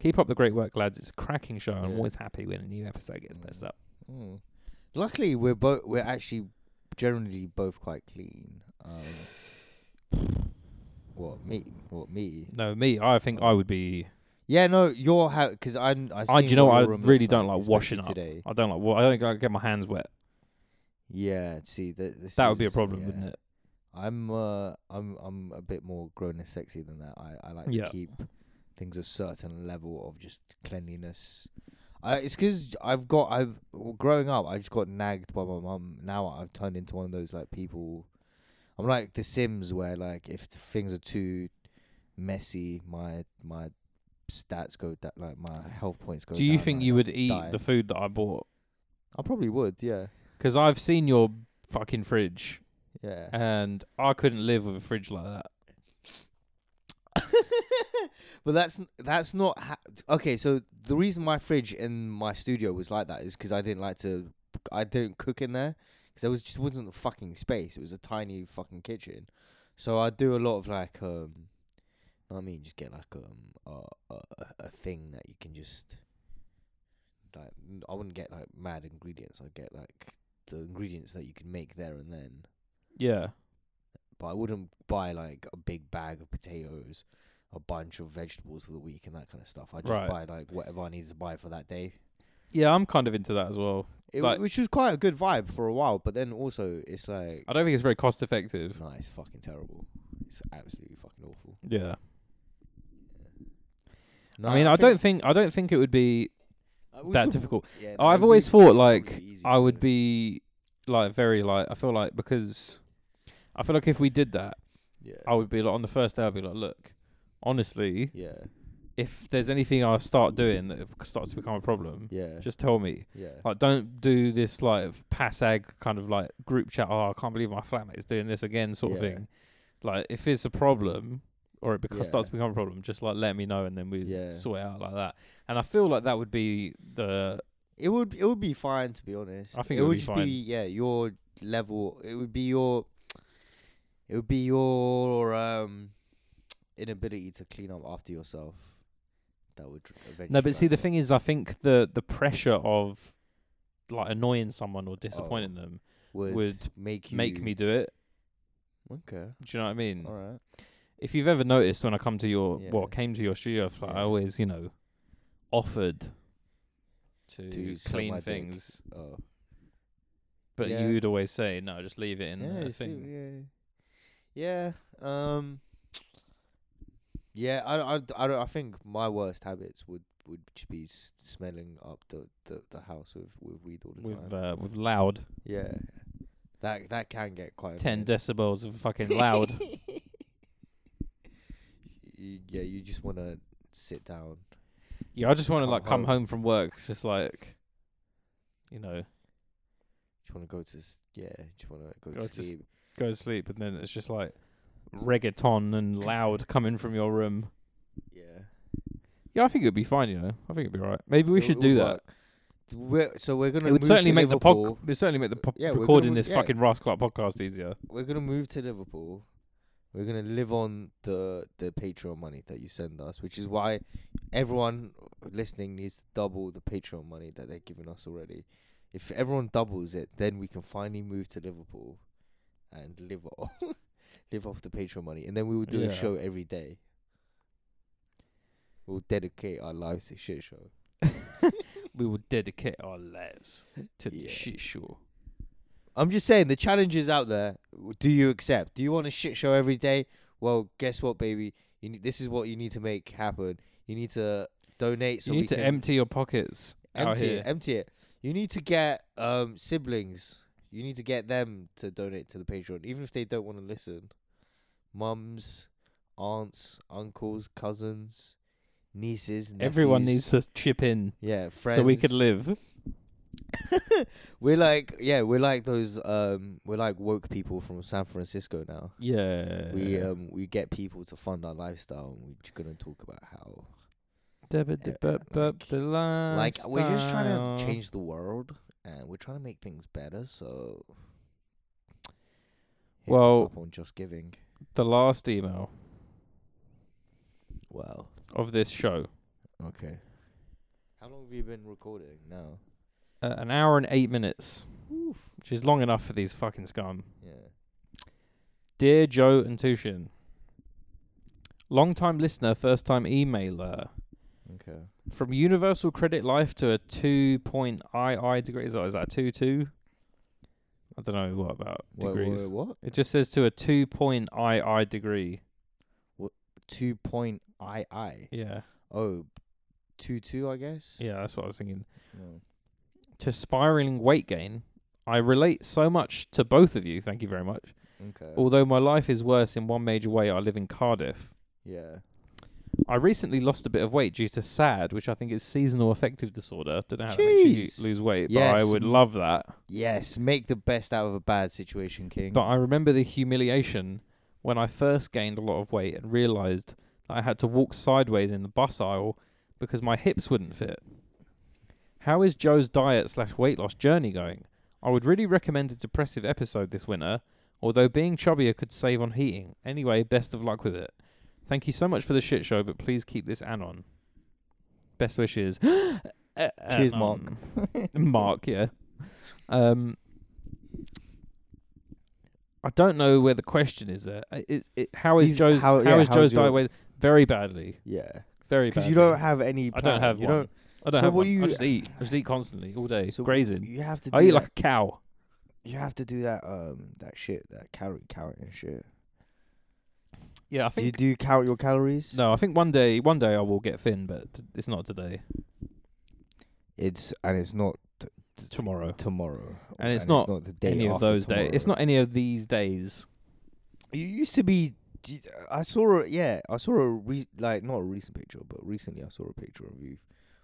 Keep up the great work, lads. It's a cracking show. I'm
Yeah.
always happy when a new episode gets posted up.
Mm. Luckily, we're both we're actually generally both quite clean. Um, what me? What me?
No, me, I think I would be.
Yeah, no, your house because I
I,
I
do you know what? I really don't like
especially
washing up.
today.
I don't like. Wa- I don't like get my hands wet.
Yeah, see that this
That would be a
is-
problem,
yeah.
wouldn't it?
I'm uh I'm I'm a bit more grown and sexy than that. I I like
Yeah.
to keep things a certain level of just cleanliness. I it's because I've got I've well, growing up I just got nagged by my mum. Now I've turned into one of those like people. I'm like The Sims where like if things are too messy, my my stats go that like my health points go.
Do you
down,
think
like,
you
I
would eat
die.
the food that I bought?
I probably would. Yeah.
Because I've seen your fucking fridge,
Yeah.
and I couldn't live with a fridge like that.
but that's n- that's not ha- okay. So the reason my fridge in my studio was like that is because I didn't like to, I didn't cook in there because there was just wasn't a fucking space. It was a tiny fucking kitchen, so I do a lot of like um, know what I mean, just get like um a a, a thing that you can just like n- I wouldn't get like mad ingredients. I'd get like the ingredients that you can make there and then
Yeah.
but I wouldn't buy like a big bag of potatoes, a bunch of vegetables for the week, and that kind of stuff. I just
Right.
buy like whatever I needed to buy for that day.
Yeah, I'm kind of into that as well.
It,
Like-
w which was quite a good vibe for a while, but then also it's like
I don't think it's very cost effective.
no, it's fucking terrible. It's absolutely fucking awful.
Yeah.
No,
I mean, I, don't think I don't think it would be
don't
that difficult. I've always thought like I would
be.
be like very like I feel like because I feel like if we did that,
Yeah.
I would be like on the first day I'd be like, look, honestly,
Yeah.
if there's anything I start doing that starts to become a problem,
Yeah.
just tell me.
yeah.
Like, don't do this like passag kind of like group chat. Oh, I can't believe my flatmate is doing this again, sort of
Yeah.
thing. Like, if it's a problem or it beca-
Yeah.
starts to become a problem, just like let me know and then we
Yeah.
sort it out like that. And I feel like that would be the
It would it would be fine to be honest.
I think it would be
just
fine.
be yeah your level. It would be your it would be your um inability to clean up after yourself that would eventually.
no. But see, the thing is, I think the the pressure of like annoying someone or
Oh,
disappointing them
would,
would
make you
make me Mm. do it.
okay.
Do you know what I mean?
All right.
if you've ever noticed when I come to your
Yeah.
well came to your studio, it's like I
Yeah.
always you know offered to,
To suck my
clean
dick.
things,
Oh.
but
Yeah.
you'd always say no, just leave it in
yeah,
the
it's still-
thing.
yeah. Yeah. Um. Yeah, I, I, I, don't- I think my worst habits would would just be s- smelling up the, the, the house with, with weed all the time.
With uh, with loud
Yeah. That that can get quite
ten
annoying.
decibels of fucking loud.
You- yeah, you just want to sit down.
yeah, I just want to
Come
like come
home.
home from work, it's just like you know
Just want to go to s- yeah. Just want to go,
Go
to
to s-
sleep.
go to sleep, and then it's just like reggaeton and loud coming from your room.
yeah.
Yeah, I think it'd be fine. You know, I think it'd be right. Maybe we
It-
should
it
do
would
that.
work. We're, so we're gonna.
It would
move
certainly
to
make the
Liverpool.
pod. It certainly make the po-
Yeah, we're
recording
gonna-
this
yeah.
fucking Rascal Art podcast easier.
We're gonna move to Liverpool. We're gonna live on the the Patreon money that you send us, which is why everyone listening needs to double the Patreon money that they're giving us already. If everyone doubles it, then we can finally move to Liverpool and live off live off the Patreon money, and then we will do
Yeah.
a show every day. We'll dedicate our lives to shit show.
We will dedicate our lives to
Yeah.
the shit show.
I'm just saying the challenges out there. w- Do you accept? Do you want a shit show every day? Well, guess what, baby. You need, this is what you need to make happen. You need to donate. So
you
we
need to
can
empty your pockets. out
empty
here.
it. Empty it. You need to get um siblings. You need to get them to donate to the Patreon, even if they don't want to listen. Mums, aunts, uncles, cousins, nieces. Nephews,
Everyone needs to chip in
Yeah, friends.
so we could live.
We're like, yeah, we're like those. Um, we're like woke people from San Francisco now.
Yeah.
we um we get people to fund our lifestyle and we're just gonna talk about how
Dabba
yeah,
dabba bub
like-
the
like we're just trying to
lifestyle.
change the world and we're trying to make things better so hit us
Well-
up on just giving
the last email
wow
of this show.
okay how long have you been recording now
Uh, an hour and eight minutes, which is long enough for these fucking scum.
yeah
Dear Joe and Tushin, long time listener, first time emailer.
okay
From Universal Credit Life to a 2.II degree. Is that, is that a 2 2? I don't know what about
Wait,
degrees.
wait, what
It just says to a 2.II degree.
two point i i
Yeah.
oh two two i guess Oh,
Yeah, that's what I was thinking.
No.
To spiraling weight gain. I relate so much to both of you. Thank you very much.
okay
Although my life is worse in one major way, I live in Cardiff.
yeah
I recently lost a bit of weight due to SAD, which I think is seasonal affective disorder. Don't know how it makes
Jeez.
you lose weight, but I
Yes,
would
m-
love that.
yes make the best out of a bad situation king
But I remember the humiliation when I first gained a lot of weight and realised that I had to walk sideways in the bus aisle because my hips wouldn't fit. How is Joe's diet slash weight loss journey going? I would really recommend a depressive episode this winter, although being chubbier could save on heating. Anyway, best of luck with it. Thank you so much for the shit show, but please keep this anon. Best wishes. Uh, um,
Cheers, Mark.
Mark, yeah. Um, I don't know where the question is there. I- It's it, how is
He's- uh,
Joe's
how-
how is
yeah, how's
Joe's
your-
diet weight? Very badly,
Yeah,
very
because
badly.
you don't have any.
I
Plan.
don't have
you
one.
Don't,
I don't
so
have
what
one.
you-
I just eat. I just eat constantly all day.
So what
grazing.
you have to. Do
I eat
that,
like a cow.
you have to do that. Um, that shit, that calorie count and shit.
Yeah, I
Do you
think.
do you count your calories?
No, I think one day, one day I will get thin, but t- it's not today.
It's and it's not t- t-
Tomorrow.
tomorrow,
And it's not
the day
any of
after
those days. It's
tomorrow.
not any of these days.
You used to be. d- I saw a yeah. I saw a re, like not a recent picture, but recently I saw a picture of you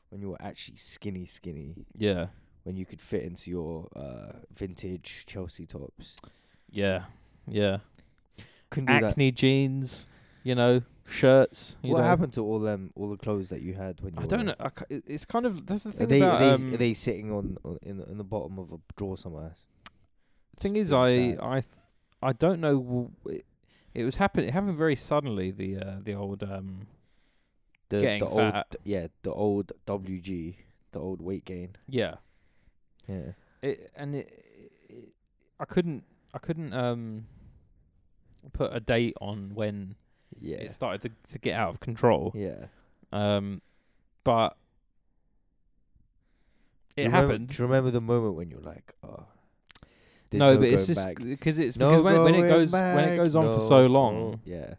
when you were actually skinny, skinny.
Yeah,
When you could fit into your uh, vintage Chelsea tops.
yeah, yeah.
Couldn't do that.
Acne jeans, you know, shirts. You
What
know.
happened to all them, all the clothes that you had when you?
I
were-
don't know. I ca- it- it's kind of that's the
Are
thing
they,
about.
are, they,
um,
are they sitting on, on in the, in the bottom of a drawer somewhere?
thing
It's
is, I
really sad.
I th- I don't know. w- It, it was happen. It happened very suddenly. The uh, the old um
The,
Getting
the old
fat.
yeah, the old WG, the old weight gain.
yeah.
Yeah.
It and it, it I couldn't I couldn't um put a date on when
Yeah.
it started to to get out of control.
yeah.
Um, but
Do
it
you remember-
happened.
Do you remember the moment when you're like, oh, there's
no, but it's
going
just
back.
because it's
No
because when, when it
going
goes when it
back,
goes on for
no, Mm.
so
no.
long,
Yeah.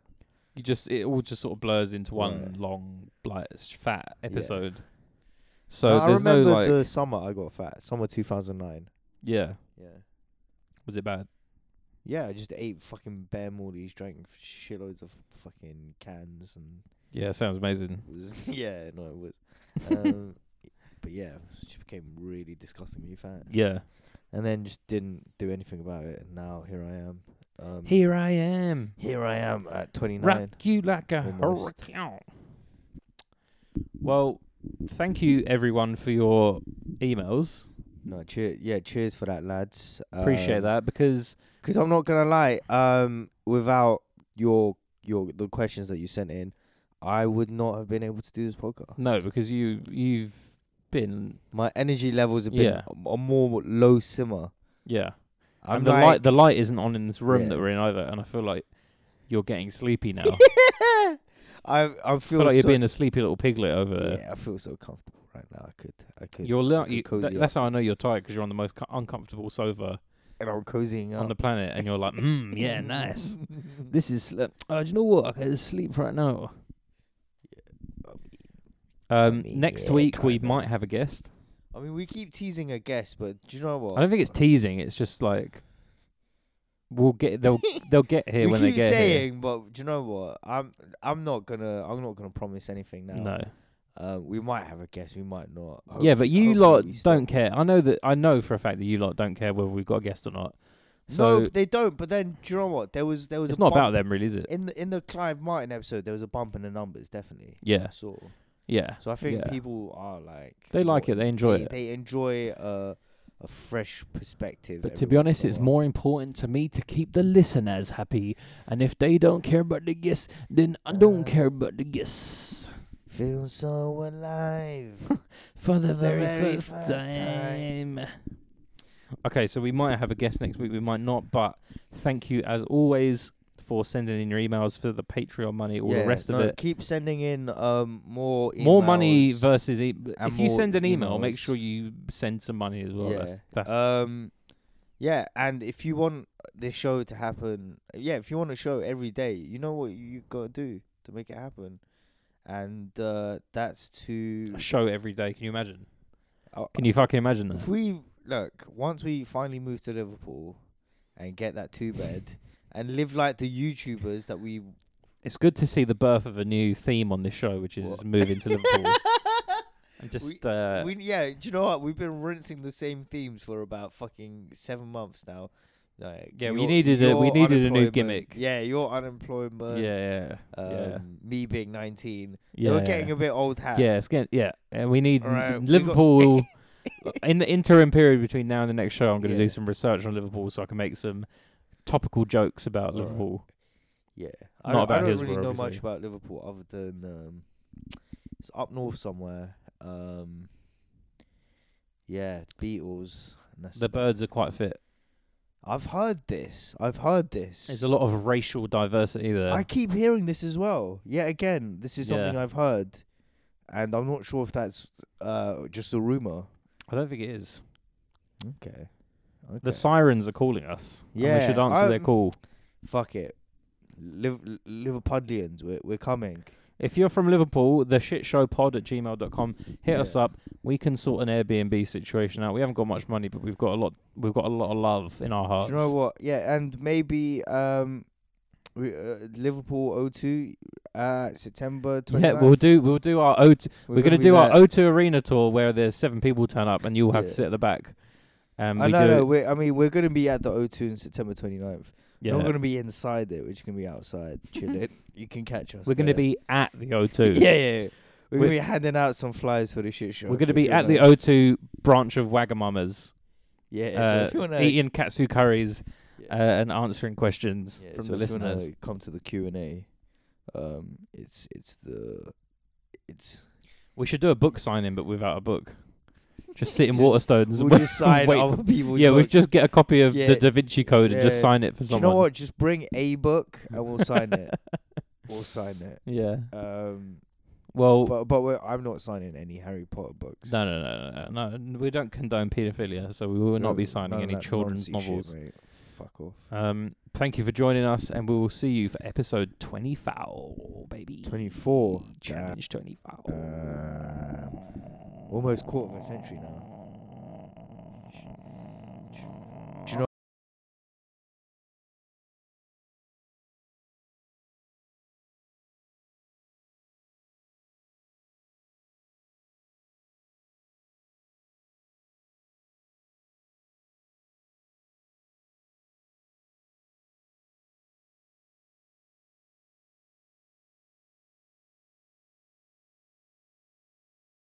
you just it all just sort of blurs into one
Right.
long like s- fat
Yeah.
episode. So
I
there's no
remember
like
the summer I got fat, summer 2009.
yeah.
Yeah.
Was it bad?
Yeah, I just ate fucking bear Morty's, drank shitloads of fucking cans, and
Yeah, sounds amazing.
it was yeah, no, it was. Um, but yeah, she became really disgustingly fat,
Yeah.
and then just didn't do anything about it. And now here I am. Um,
Here I am.
here I am at 29.
Rock you like a
Almost.
hurricane. Well, thank you everyone for your emails.
No, cheer, yeah, cheers for that, lads.
Appreciate
Um,
that because
Because I'm not gonna lie, um, without your your the questions that you sent in, I would not have been able to do this podcast.
no, because you you've been
my energy levels have been
Yeah.
a- a more low simmer.
yeah.
I'm
and the
like,
light the light isn't on in this room
Yeah.
that we're in either, and I feel like you're getting sleepy now.
I I feel,
I feel like you're
so,
being a sleepy little piglet over there.
yeah, I feel so comfortable right now. I could I could
You're
I
li-
could
you,
cozy
that,
up.
that's how I know you're tired because you're on the most co- uncomfortable sofa
and I'm cozying
on
up.
the planet, and you're like, mm, yeah, nice. this is. Sl-
Oh,
uh, do you know what? I can sleep right now. Um,
mean,
next
yeah,
week we
kinda.
might have a guest.
I mean, we keep teasing a guest, but do you know what?
I don't think it's teasing. It's just like we'll get they'll they'll get here
we
when
keep
they get
saying, but do you know what? I'm I'm not gonna I'm not gonna promise anything now.
here. No,
Um, we might have a guest, we might not.
yeah, but
Hopefully-
you
hopefully
lot
we stop.
don't care. I know that I know for a fact that you lot don't care whether we've got a guest or not. So
no, but they don't. But then, do you know what? There was there was
it's
a
not
bump
about them, really, is it?
in the in the Clive Martin episode. There was a bump in the numbers, definitely.
Yeah,
I saw.
yeah.
So I think
Yeah.
people are like
They like it. They enjoy
they,
it.
They enjoy a a fresh perspective.
But
every
to be
once
honest,
in a
it's
while.
more important to me to keep the listeners happy. And if they don't care about the guests, then I don't
Uh,
care about the guests.
feel so alive.
For the
the
very,
very
first,
first
time.
time.
Okay, so we might have a guest next week, we might not, but thank you as always for sending in your emails for the Patreon money, all the
Yeah,
rest
no,
of it.
Keep sending in um more emails.
More money versus e-
and
if you
more
send an email, make
emails.
sure you send some money as well. That's, that's
um, yeah, and if you want this show to happen, yeah, if you want a show every day, you know what you gotta do to make it happen, and uh, that's to
a show every day. Can you imagine?
uh,
Can you fucking imagine that?
If we look once we finally move to Liverpool and get that two bed and live like the YouTubers that we
It's good to see the birth of a new theme on this show, which is
What?
moving to Liverpool. And just uh,
we yeah, do you know what? We've been rinsing the same themes for about fucking seven months now. Like,
Yeah, we
your-
needed a- we
your
needed a new
unemployment-
gimmick.
Yeah, your
yeah,
unemployment.
yeah,
Um,
yeah,
Me being nineteen.
yeah.
They were getting a bit old hat.
yeah, it's getting yeah. And we need
Alright, we got-
Liverpool. in the interim period between now and the next show, I'm going to do
Yeah.
some research on Liverpool so I can make some topical jokes about
Alright.
Liverpool.
Yeah.
Not
I don't,
about
I don't
Hillsborough,
really know
obviously.
much about Liverpool other than um, it's up north somewhere. Um, yeah, Beatles. And that's
The
about-
birds are quite fit.
I've heard this. I've heard
There's
this.
a lot of racial diversity there.
I keep hearing this as well. Yet again, this is something
Yeah.
I've heard, and I'm not sure if that's uh, just a rumor.
I don't think it is.
Okay. okay.
The sirens are calling us. and we should
Yeah,
answer their
um,
call.
Fuck it. Liv- Liverpudlians, we're, we're coming.
If you're from Liverpool, the shitshowpod at gmail.com, hit us
Yeah.
up. We can sort an Airbnb situation out. We haven't got much money, but we've got a lot we've got a lot of love in our hearts.
Do you know what? Yeah, and maybe um, we, uh, Liverpool 02, uh, September 29th.
Yeah, we'll do we'll do our O2 we're, gonna,
be
do
there.
our O2 arena tour where there's seven people turn up and you'll have to
Yeah.
sit at the back. And
I
we
know,
do
no,
it-
we're, I mean, we're going to be at the O2 on September 29th.
yeah.
We're not going to be inside it. We're just going to be outside, chilling. you can catch us.
We're going to
there.
be at the O2.
Yeah, yeah, yeah. We're going
We're-
to be handing out some flyers for the shit show.
We're going
so
to
if
be
you
at the
wanna-
O2 branch of Wagamama's,
Yeah, yeah, so
uh,
if you want to.
eating katsu curries uh,
Yeah.
and answering questions
Yeah,
from
so
the
if you wanna
listeners.
Come to the Q and A. Um, it's it's the it's
We should do a book signing, but without a book. Just sit in Waterstones.
we'll
and wait-
just sign
wait
other
for-
people's
yeah, we
books.
just get a copy of
Yeah.
the Da Vinci Code and just
Yeah.
sign it for
Do you
someone.
know what? Just bring a book and we'll sign it. We'll sign it.
Yeah.
Um,
Well,
but but we're, I'm not signing any Harry Potter books.
no, no, no, no, no, no. We don't condone paedophilia, so we will not be
No,
signing
none of
any
that
children's
Lawrencey shit,
novels.
mate. Fuck off.
Um, thank you for joining us, and we will see you for episode 20 foul, baby.
24.
Challenge 20 foul.
Uh, almost quarter of a century now.